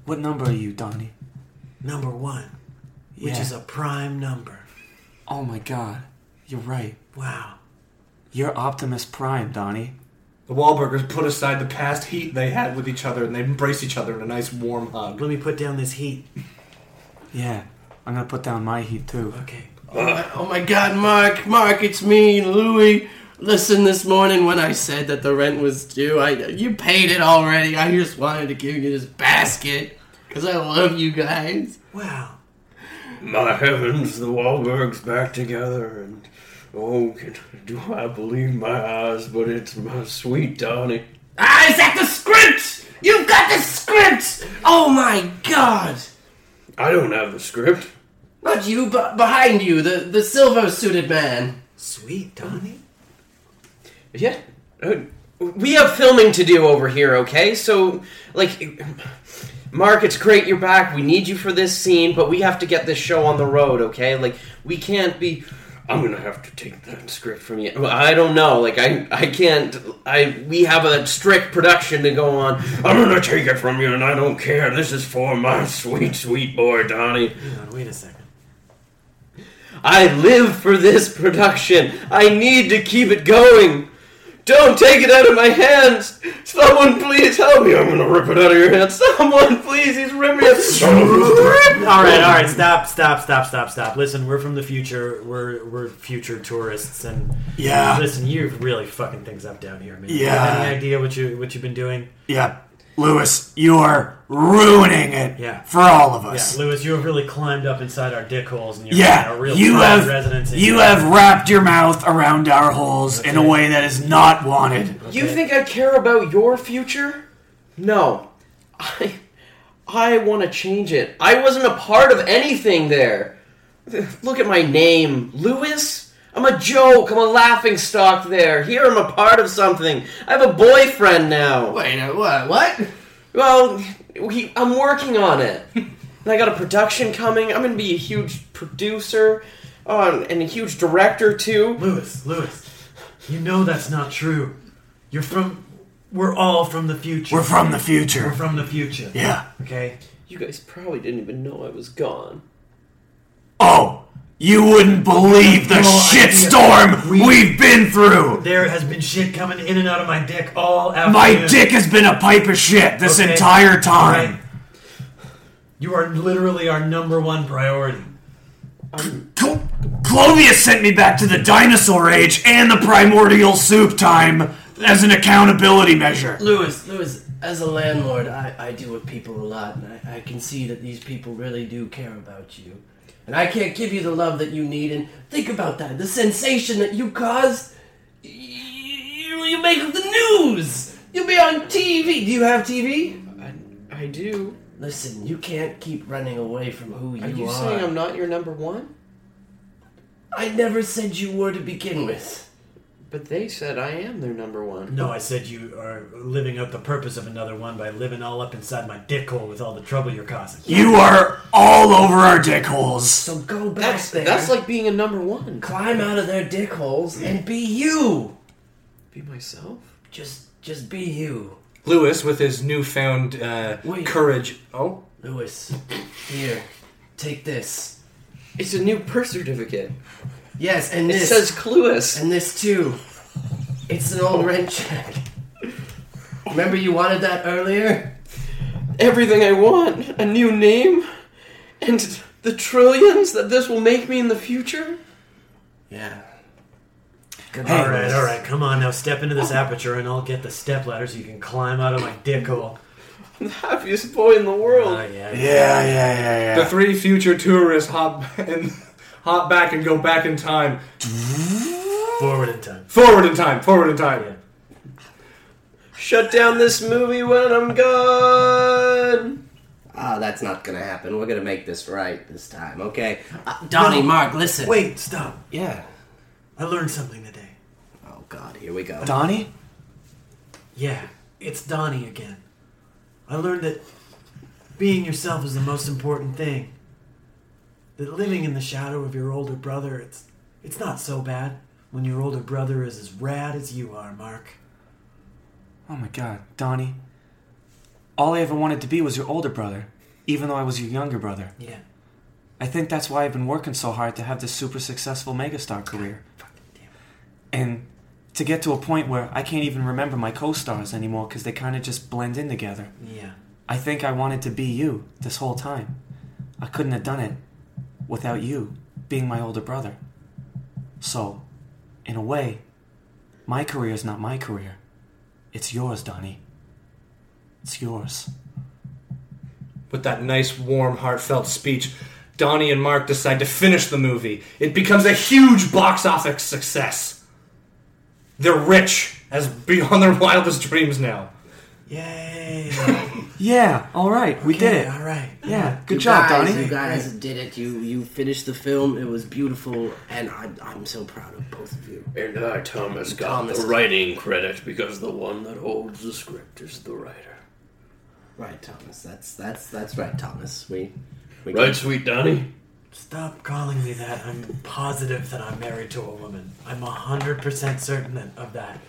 G: What number are you, Donnie?
I: Number one, which
G: Yeah.
I: is a prime number.
G: Oh my god. You're right.
I: Wow.
G: You're Optimus Prime, Donnie.
F: The Wahlburgers put aside the past heat they had with each other and they embrace each other in a nice warm hug.
I: Let me put down this heat.
G: Yeah, I'm gonna put down my heat too.
I: Okay.
A: Oh my, oh my god, Mark, Mark, it's me, Louie. Listen, this morning when I said that the rent was due, I you paid it already. I just wanted to give you this basket because I love you guys.
I: Wow.
M: My heavens, the Wahlbergs back together, and oh, can, do I believe my eyes? But it's my sweet Donnie.
A: Ah, is that the script? You've got the script! Oh my god!
M: I don't have the script.
A: Not you, but behind you, the, the silver suited man.
I: Sweet, Donnie.
H: yeah, uh, we have filming to do over here. Okay, so like, Mark, it's great you're back. We need you for this scene, but we have to get this show on the road. Okay, like we can't be.
M: I'm gonna have to take that script from you.
H: Well, I don't know. Like I, I can't. I we have a strict production to go on.
M: I'm gonna take it from you, and I don't care. This is for my sweet, sweet boy Donnie.
I: Hang on, wait a second.
H: I live for this production. I need to keep it going. Don't take it out of my hands. Someone please help me.
M: I'm gonna rip it out of your hands.
H: Someone please, he's ripping it.
I: All right, all right, stop, stop, stop, stop, stop. Listen, we're from the future. We're we're future tourists, and
G: Yeah.
I: Listen, you've really fucking things up down here, man.
G: Yeah.
I: You have Any idea what you what you've been doing?
G: Yeah, Lewis, you are ruining it
I: Yeah.
G: for all of
I: Yeah,
G: us.
I: Lewis, you have really climbed up inside our dick holes, and you're
G: Yeah,
I: a real
G: you
I: prime
G: have-
I: residence. in
G: You
I: here.
G: have wrapped your mouth around our holes in a
I: Okay.
G: way that is not wanted.
H: You think I care about your future? No. I
N: I want to change it. I wasn't a part of anything there. Look at my name, Lewis. I'm a joke. I'm a laughing stock there. Here I'm a part of something. I have a boyfriend now.
A: Wait, what? What?
N: Well, he, I'm working on it. and I got a production coming. I'm going to be a huge producer um, and a huge director, too.
I: Lewis, Lewis, you know that's not true. You're from. We're all from the future.
N: We're from the future.
I: We're from the future.
N: Yeah.
I: Okay.
N: You guys probably didn't even know I was gone.
G: Oh, You wouldn't believe
I: No
G: the
I: idea.
G: shitstorm
I: We-
G: we've been through.
I: There has been shit coming in and out of my dick all afternoon.
G: My dick has been a pipe of shit this
I: Okay.
G: entire time.
I: Alright. You are literally our number one priority.
G: Clovius sent me back to the dinosaur age and the primordial soup time as an accountability measure.
H: Lewis, Lewis, as a landlord, I, I deal with people a lot, and I, I can see that these people really do care about you. And I can't give you the love that you need, and think about that. The sensation that you caused, you, you make the news! You'll be on TV! Do you have TV?
N: I, I do.
H: Listen, you can't keep running away from who you
N: Are you
H: are.
N: saying I'm not your number one?
H: I never said you were to begin with.
N: But they said I am their number one.
I: No, I said you are living out the purpose of another one by living all up inside my dick hole with all the trouble you're causing.
G: You are all over our dick holes. So
H: go back
N: that's,
H: there.
N: That's like being a number one.
H: Climb out of their dick holes and be you!
N: Be myself?
H: Just, just be you.
F: Lewis, with his newfound uh, courage. Oh,
H: Lewis, here, take this.
N: It's a new birth certificate.
H: Yes, and
N: It
H: this
N: says Clueless,
H: and this too. It's an old rent check. Remember, you wanted that earlier.
N: Everything I want, a new name, and the trillions that this will make me in the future.
H: Yeah.
I: all right, all right, come on now. Step into this aperture, and I'll get the step ladder so you can climb out of my dick hole.
N: I'm the happiest boy in the world.
I: yeah,
F: The three future tourists hop and (laughs) hop back and go back in time.
I: Forward in time.
F: Forward in time. Forward in time.
N: Shut down this movie when I'm gone.
A: Ah, that's not gonna happen. We're gonna make this right this time, okay? Uh, Donnie,
I: No.
A: Mark, listen.
I: Wait, stop.
A: Yeah.
I: I learned something today.
A: Oh God, here we go.
I: Donnie? Yeah, it's Donnie again. I learned that being yourself is the most important thing. That living in the shadow of your older brother, it's it's not so bad when your older brother is as rad as you are, Mark.
G: Oh my god, Donnie. All I ever wanted to be was your older brother, even though I was your younger brother.
I: Yeah.
G: I think that's why I've been working so hard to have this super successful megastar career. And to get to a point where I can't even remember my co stars anymore because they kind of just blend in together.
I: Yeah.
G: I think I wanted to be you this whole time. I couldn't have done it without you being my older brother. So, in a way, my career is not my career. It's yours, Donnie. It's yours.
F: With that nice, warm, heartfelt speech, Donnie and Mark decide to finish the movie. It becomes a huge box office success. They're rich as beyond their wildest dreams now.
I: Yay!
G: yeah, all right, we
I: did it. All right.
G: Yeah,
H: you guys, You guys did it. You you finished the
A: Um,
H: film. It was beautiful, and I'm I'm so proud of both of you.
O: And I, Thomas, got
H: Thomas.
O: the writing credit because the one that holds the script is the writer.
A: Right, Thomas. That's that's that's right, Thomas. We, we
O: Right, sweet Donnie?
I: Stop calling me that. I'm positive that I'm married to a woman. I'm 100% certain that, of that.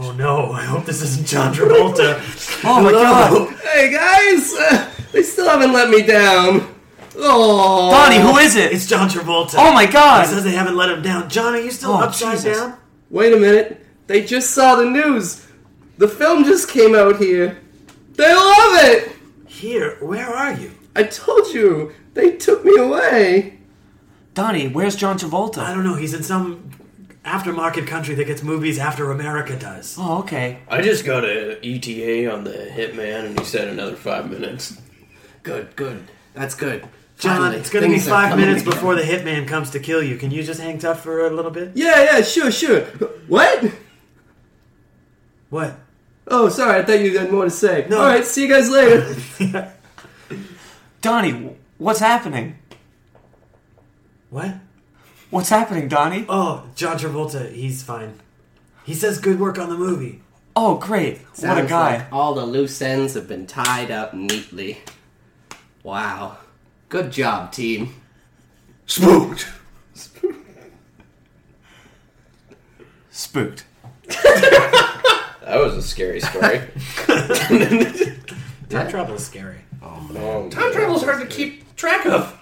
I: Oh no, I hope this isn't John Travolta.
A: Oh my God! Hey guys, Uh, they still haven't let me down. Oh,
I: Donnie, who is it? It's John Travolta.
A: Oh my God.
I: He says they haven't let him down. John, are you still upside down?
A: Wait a minute. They just saw the news. The film just came out here. They love it.
I: Here, where are you?
A: I told you. They took me away.
G: Donnie, where's John Travolta?
I: I don't know. Oh, He's in some aftermarket country that gets movies after America does.
G: Oh, okay.
O: I just got a
H: E
O: ETA on the hitman, and he said another five minutes.
A: Good, good. That's good.
I: John,
A: Finally,
I: it's going to be
A: things are
I: five
A: coming
I: minutes
A: together.
I: before the hitman comes to kill you. Can you just hang tough for a little bit?
A: Yeah, yeah, sure, sure. What?
I: What?
A: Oh, sorry. I thought you had more to say. All right. See you guys later.
I: (laughs)
G: Donnie, what's happening?
I: What?
G: What's happening, Donnie?
I: Oh, John Travolta, he's fine. He says good work on the movie.
G: Oh, great.
I: what a guy.
A: like all the loose ends have been tied up neatly. Wow. Good job, team.
M: Spooked.
G: Spooked.
H: That was a scary
A: (laughs)
H: story.
I: Time travel is scary.
A: Oh
H: man.
A: Time
F: travel's hard to keep track of.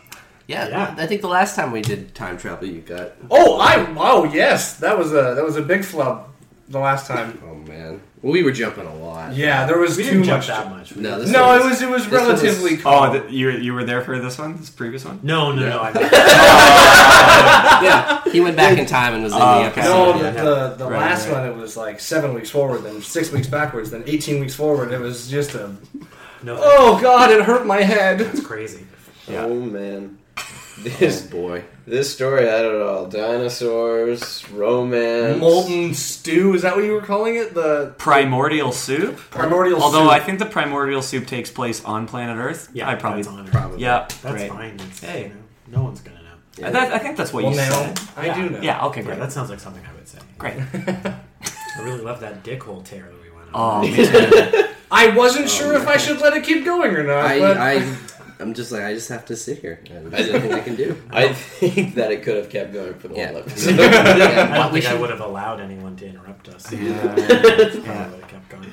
A: Yeah, I think the last time we did time travel, you got.
F: Oh, I oh yes, that was a that was a big flub the last time.
A: Oh man, well, we were jumping a lot.
F: Yeah, there was
A: We
F: too
A: didn't jump
F: much.
A: that much. No, this
F: no,
A: one
F: it
A: was-
F: was it was
A: this one was-
F: relatively.
G: Oh, th- you you were there for this one, this previous one?
E: No, no, no. I
A: yeah, (laughs) he went back in time and was in
H: Oh,
A: the
F: No,
A: episode.
F: the,
A: yeah.
F: the, the
A: Right,
F: last
A: right.
F: one it was like seven weeks forward, then six weeks backwards, then eighteen weeks forward. It was just a
E: no.
F: Oh God, it hurt my head.
E: That's crazy.
H: Oh man, this
A: boy,
H: this story had it all: dinosaurs, romance,
F: molten stew. Is that what you were calling it? The
G: Primordial soup.
F: Primordial
G: Although
F: soup.
G: I think the primordial soup takes place on planet Earth.
E: Yeah,
G: I probably
E: that's on Earth.
G: probably. Yeah,
E: That's
G: great.
E: fine. It's,
G: Hey.
E: you know, no one's gonna know.
G: I, that, I think that's what
E: Well,
G: you
E: now,
G: said.
E: I
G: yeah.
E: do know.
G: Yeah. Okay.
E: Yeah,
G: Great.
E: that sounds like something I would say.
G: Great.
F: (laughs)
E: I really love that dick hole tear that we went
G: Oh,
E: on.
G: man.
F: I wasn't sure if I should let it keep going or not. but
A: I, I, I'm just like I just have to sit here. And there's nothing I can
H: (laughs)
A: do.
H: I think that it could have kept going for the
A: Yeah.
H: whole
A: (laughs)
E: I
H: episode.
E: don't think I would have allowed anyone to interrupt us. That's probably what it kept going.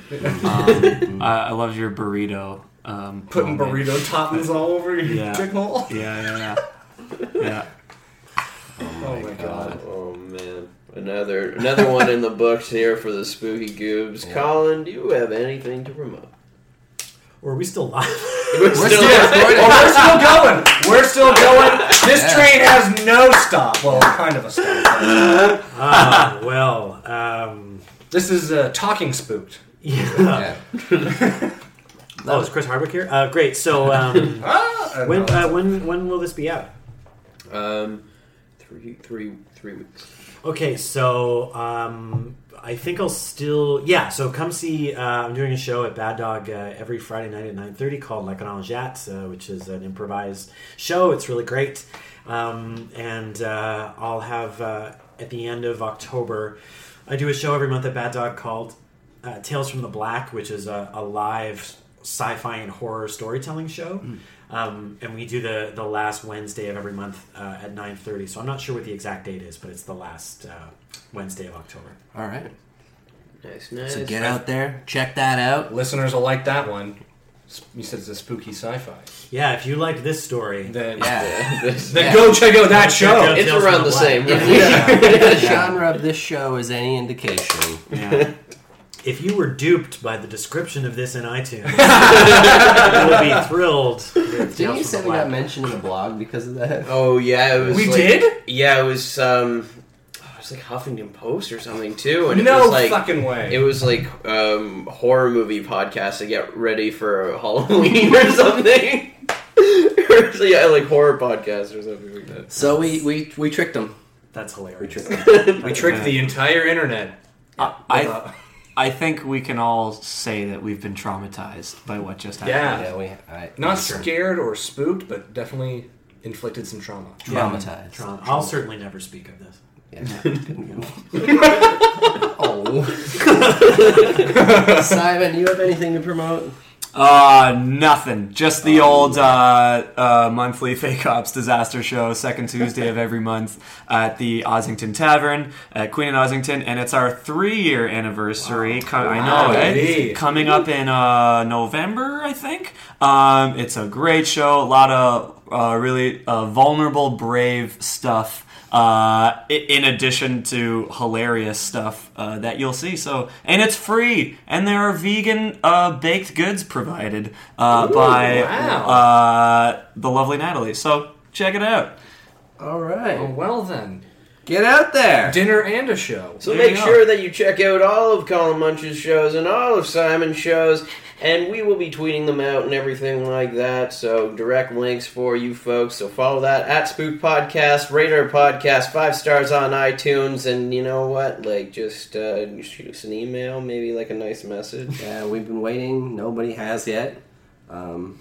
G: um, I, I loved your burrito. Um,
F: putting
G: moment.
F: burrito toppings all over your
G: Yeah.
F: dick hole.
G: Yeah, yeah, yeah. yeah.
H: Oh my god. Oh man. Another another one in the books here for the spooky goobs. Colin, do you have anything to promote?
E: Or are we still live?
H: We're still- recording.
F: Oh, we're still going. We're still going. This
E: Yeah.
F: train has no stop. Well, kind of a stop.
E: Ah, well, um,
F: this is uh, talking spooked.
E: Yeah. oh, is Chris Hardwick here? Uh, great.
D: (laughs)
E: So, um,
F: Ah,
E: when,
F: no, that's-
E: uh, when when will this be out?
H: Um three three three weeks.
E: Okay, so um, I think I'll still yeah. So come see. Uh, I'm doing a show at Bad Dog uh, every Friday night at 9:30 called La Grangette, uh, which is an improvised show. It's really great, um, and uh, I'll have uh, at the end of October. I do a show every month at Bad Dog called uh, Tales from the Black, which is a, a live sci-fi and horror storytelling show. Um, and we do the the last Wednesday of every month uh, at nine thirty. So I'm not sure what the exact date is, but it's the last uh, Wednesday of October.
A: All right.
H: Nice,
A: So get out there, check that out.
F: Listeners will like that one. He said it's a spooky sci-fi.
E: Yeah, if you liked this story,
F: then,
H: (laughs)
A: Yeah.
F: (laughs) then go check out that show.
A: If, the- if the genre of this show is any indication,
E: Yeah. If you were duped by the description of this in
G: (laughs)
E: iTunes, you would (laughs) be thrilled.
A: Didn't
E: with Tales
A: you
E: from
A: say
E: the
A: we
E: Black.
A: got mentioned in the blog because of that?
H: Oh yeah, it was
A: We
H: like-
A: did?
H: Yeah, it was um oh, it was like Huffington Post or something too. And it
F: No
H: was like,
F: fucking way.
H: It was like um horror movie podcast to get ready for Halloween (laughs) or something. Or so, yeah, like horror podcast or something like that.
A: So we we, we tricked them.
E: That's hilarious.
A: We tricked them.
F: We tricked the entire internet.
G: I I think we can all say that we've been traumatized by what just happened.
F: Yeah.
A: I,
F: Not scared or spooked, but definitely inflicted some trauma.
A: Traumatized.
E: Trauma. I'll certainly never speak of this.
A: (laughs) oh. Simon, you have anything to promote?
G: Uh, nothing. Just the old uh, uh, monthly (laughs) Fake Ops disaster show, second Tuesday of every month at the Ossington Tavern at Queen and Ossington, and it's our three-year anniversary. Co- I
F: Wow,
G: know, right?
F: baby.
G: Coming up in uh, November, I think. Um, it's a great show. A lot of uh, really uh, vulnerable, brave stuff. Uh, i- in addition to hilarious stuff uh, that you'll see, so and it's free, and there are vegan uh, baked goods provided uh,
A: Ooh,
G: by
A: wow.
G: uh, the lovely Natalie. So check it out.
A: All right.
F: well then.
A: Get out there.
F: Dinner and a show.
D: So make sure that you check out all of Colin Munch's shows and all of Simon's shows, and we will be tweeting them out and everything like that. So direct links for you folks. So follow that at Spook Podcast, Radar Podcast, five stars on iTunes, and you know what? Like just uh, shoot us an email, maybe like a nice message.
A: Yeah, we've been waiting. Nobody has yet. Um,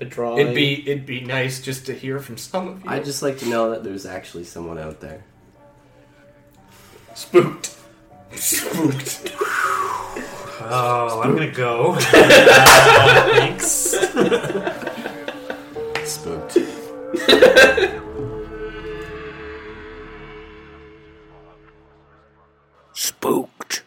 D: a drawing.
F: It'd be it'd be nice just to hear from some of you.
A: I'd just like to know that there's actually someone out there.
F: spooked. Spooked. Oh, I'm gonna
E: (laughs)
F: go.
P: Thanks.
A: Spooked.
Q: Spooked.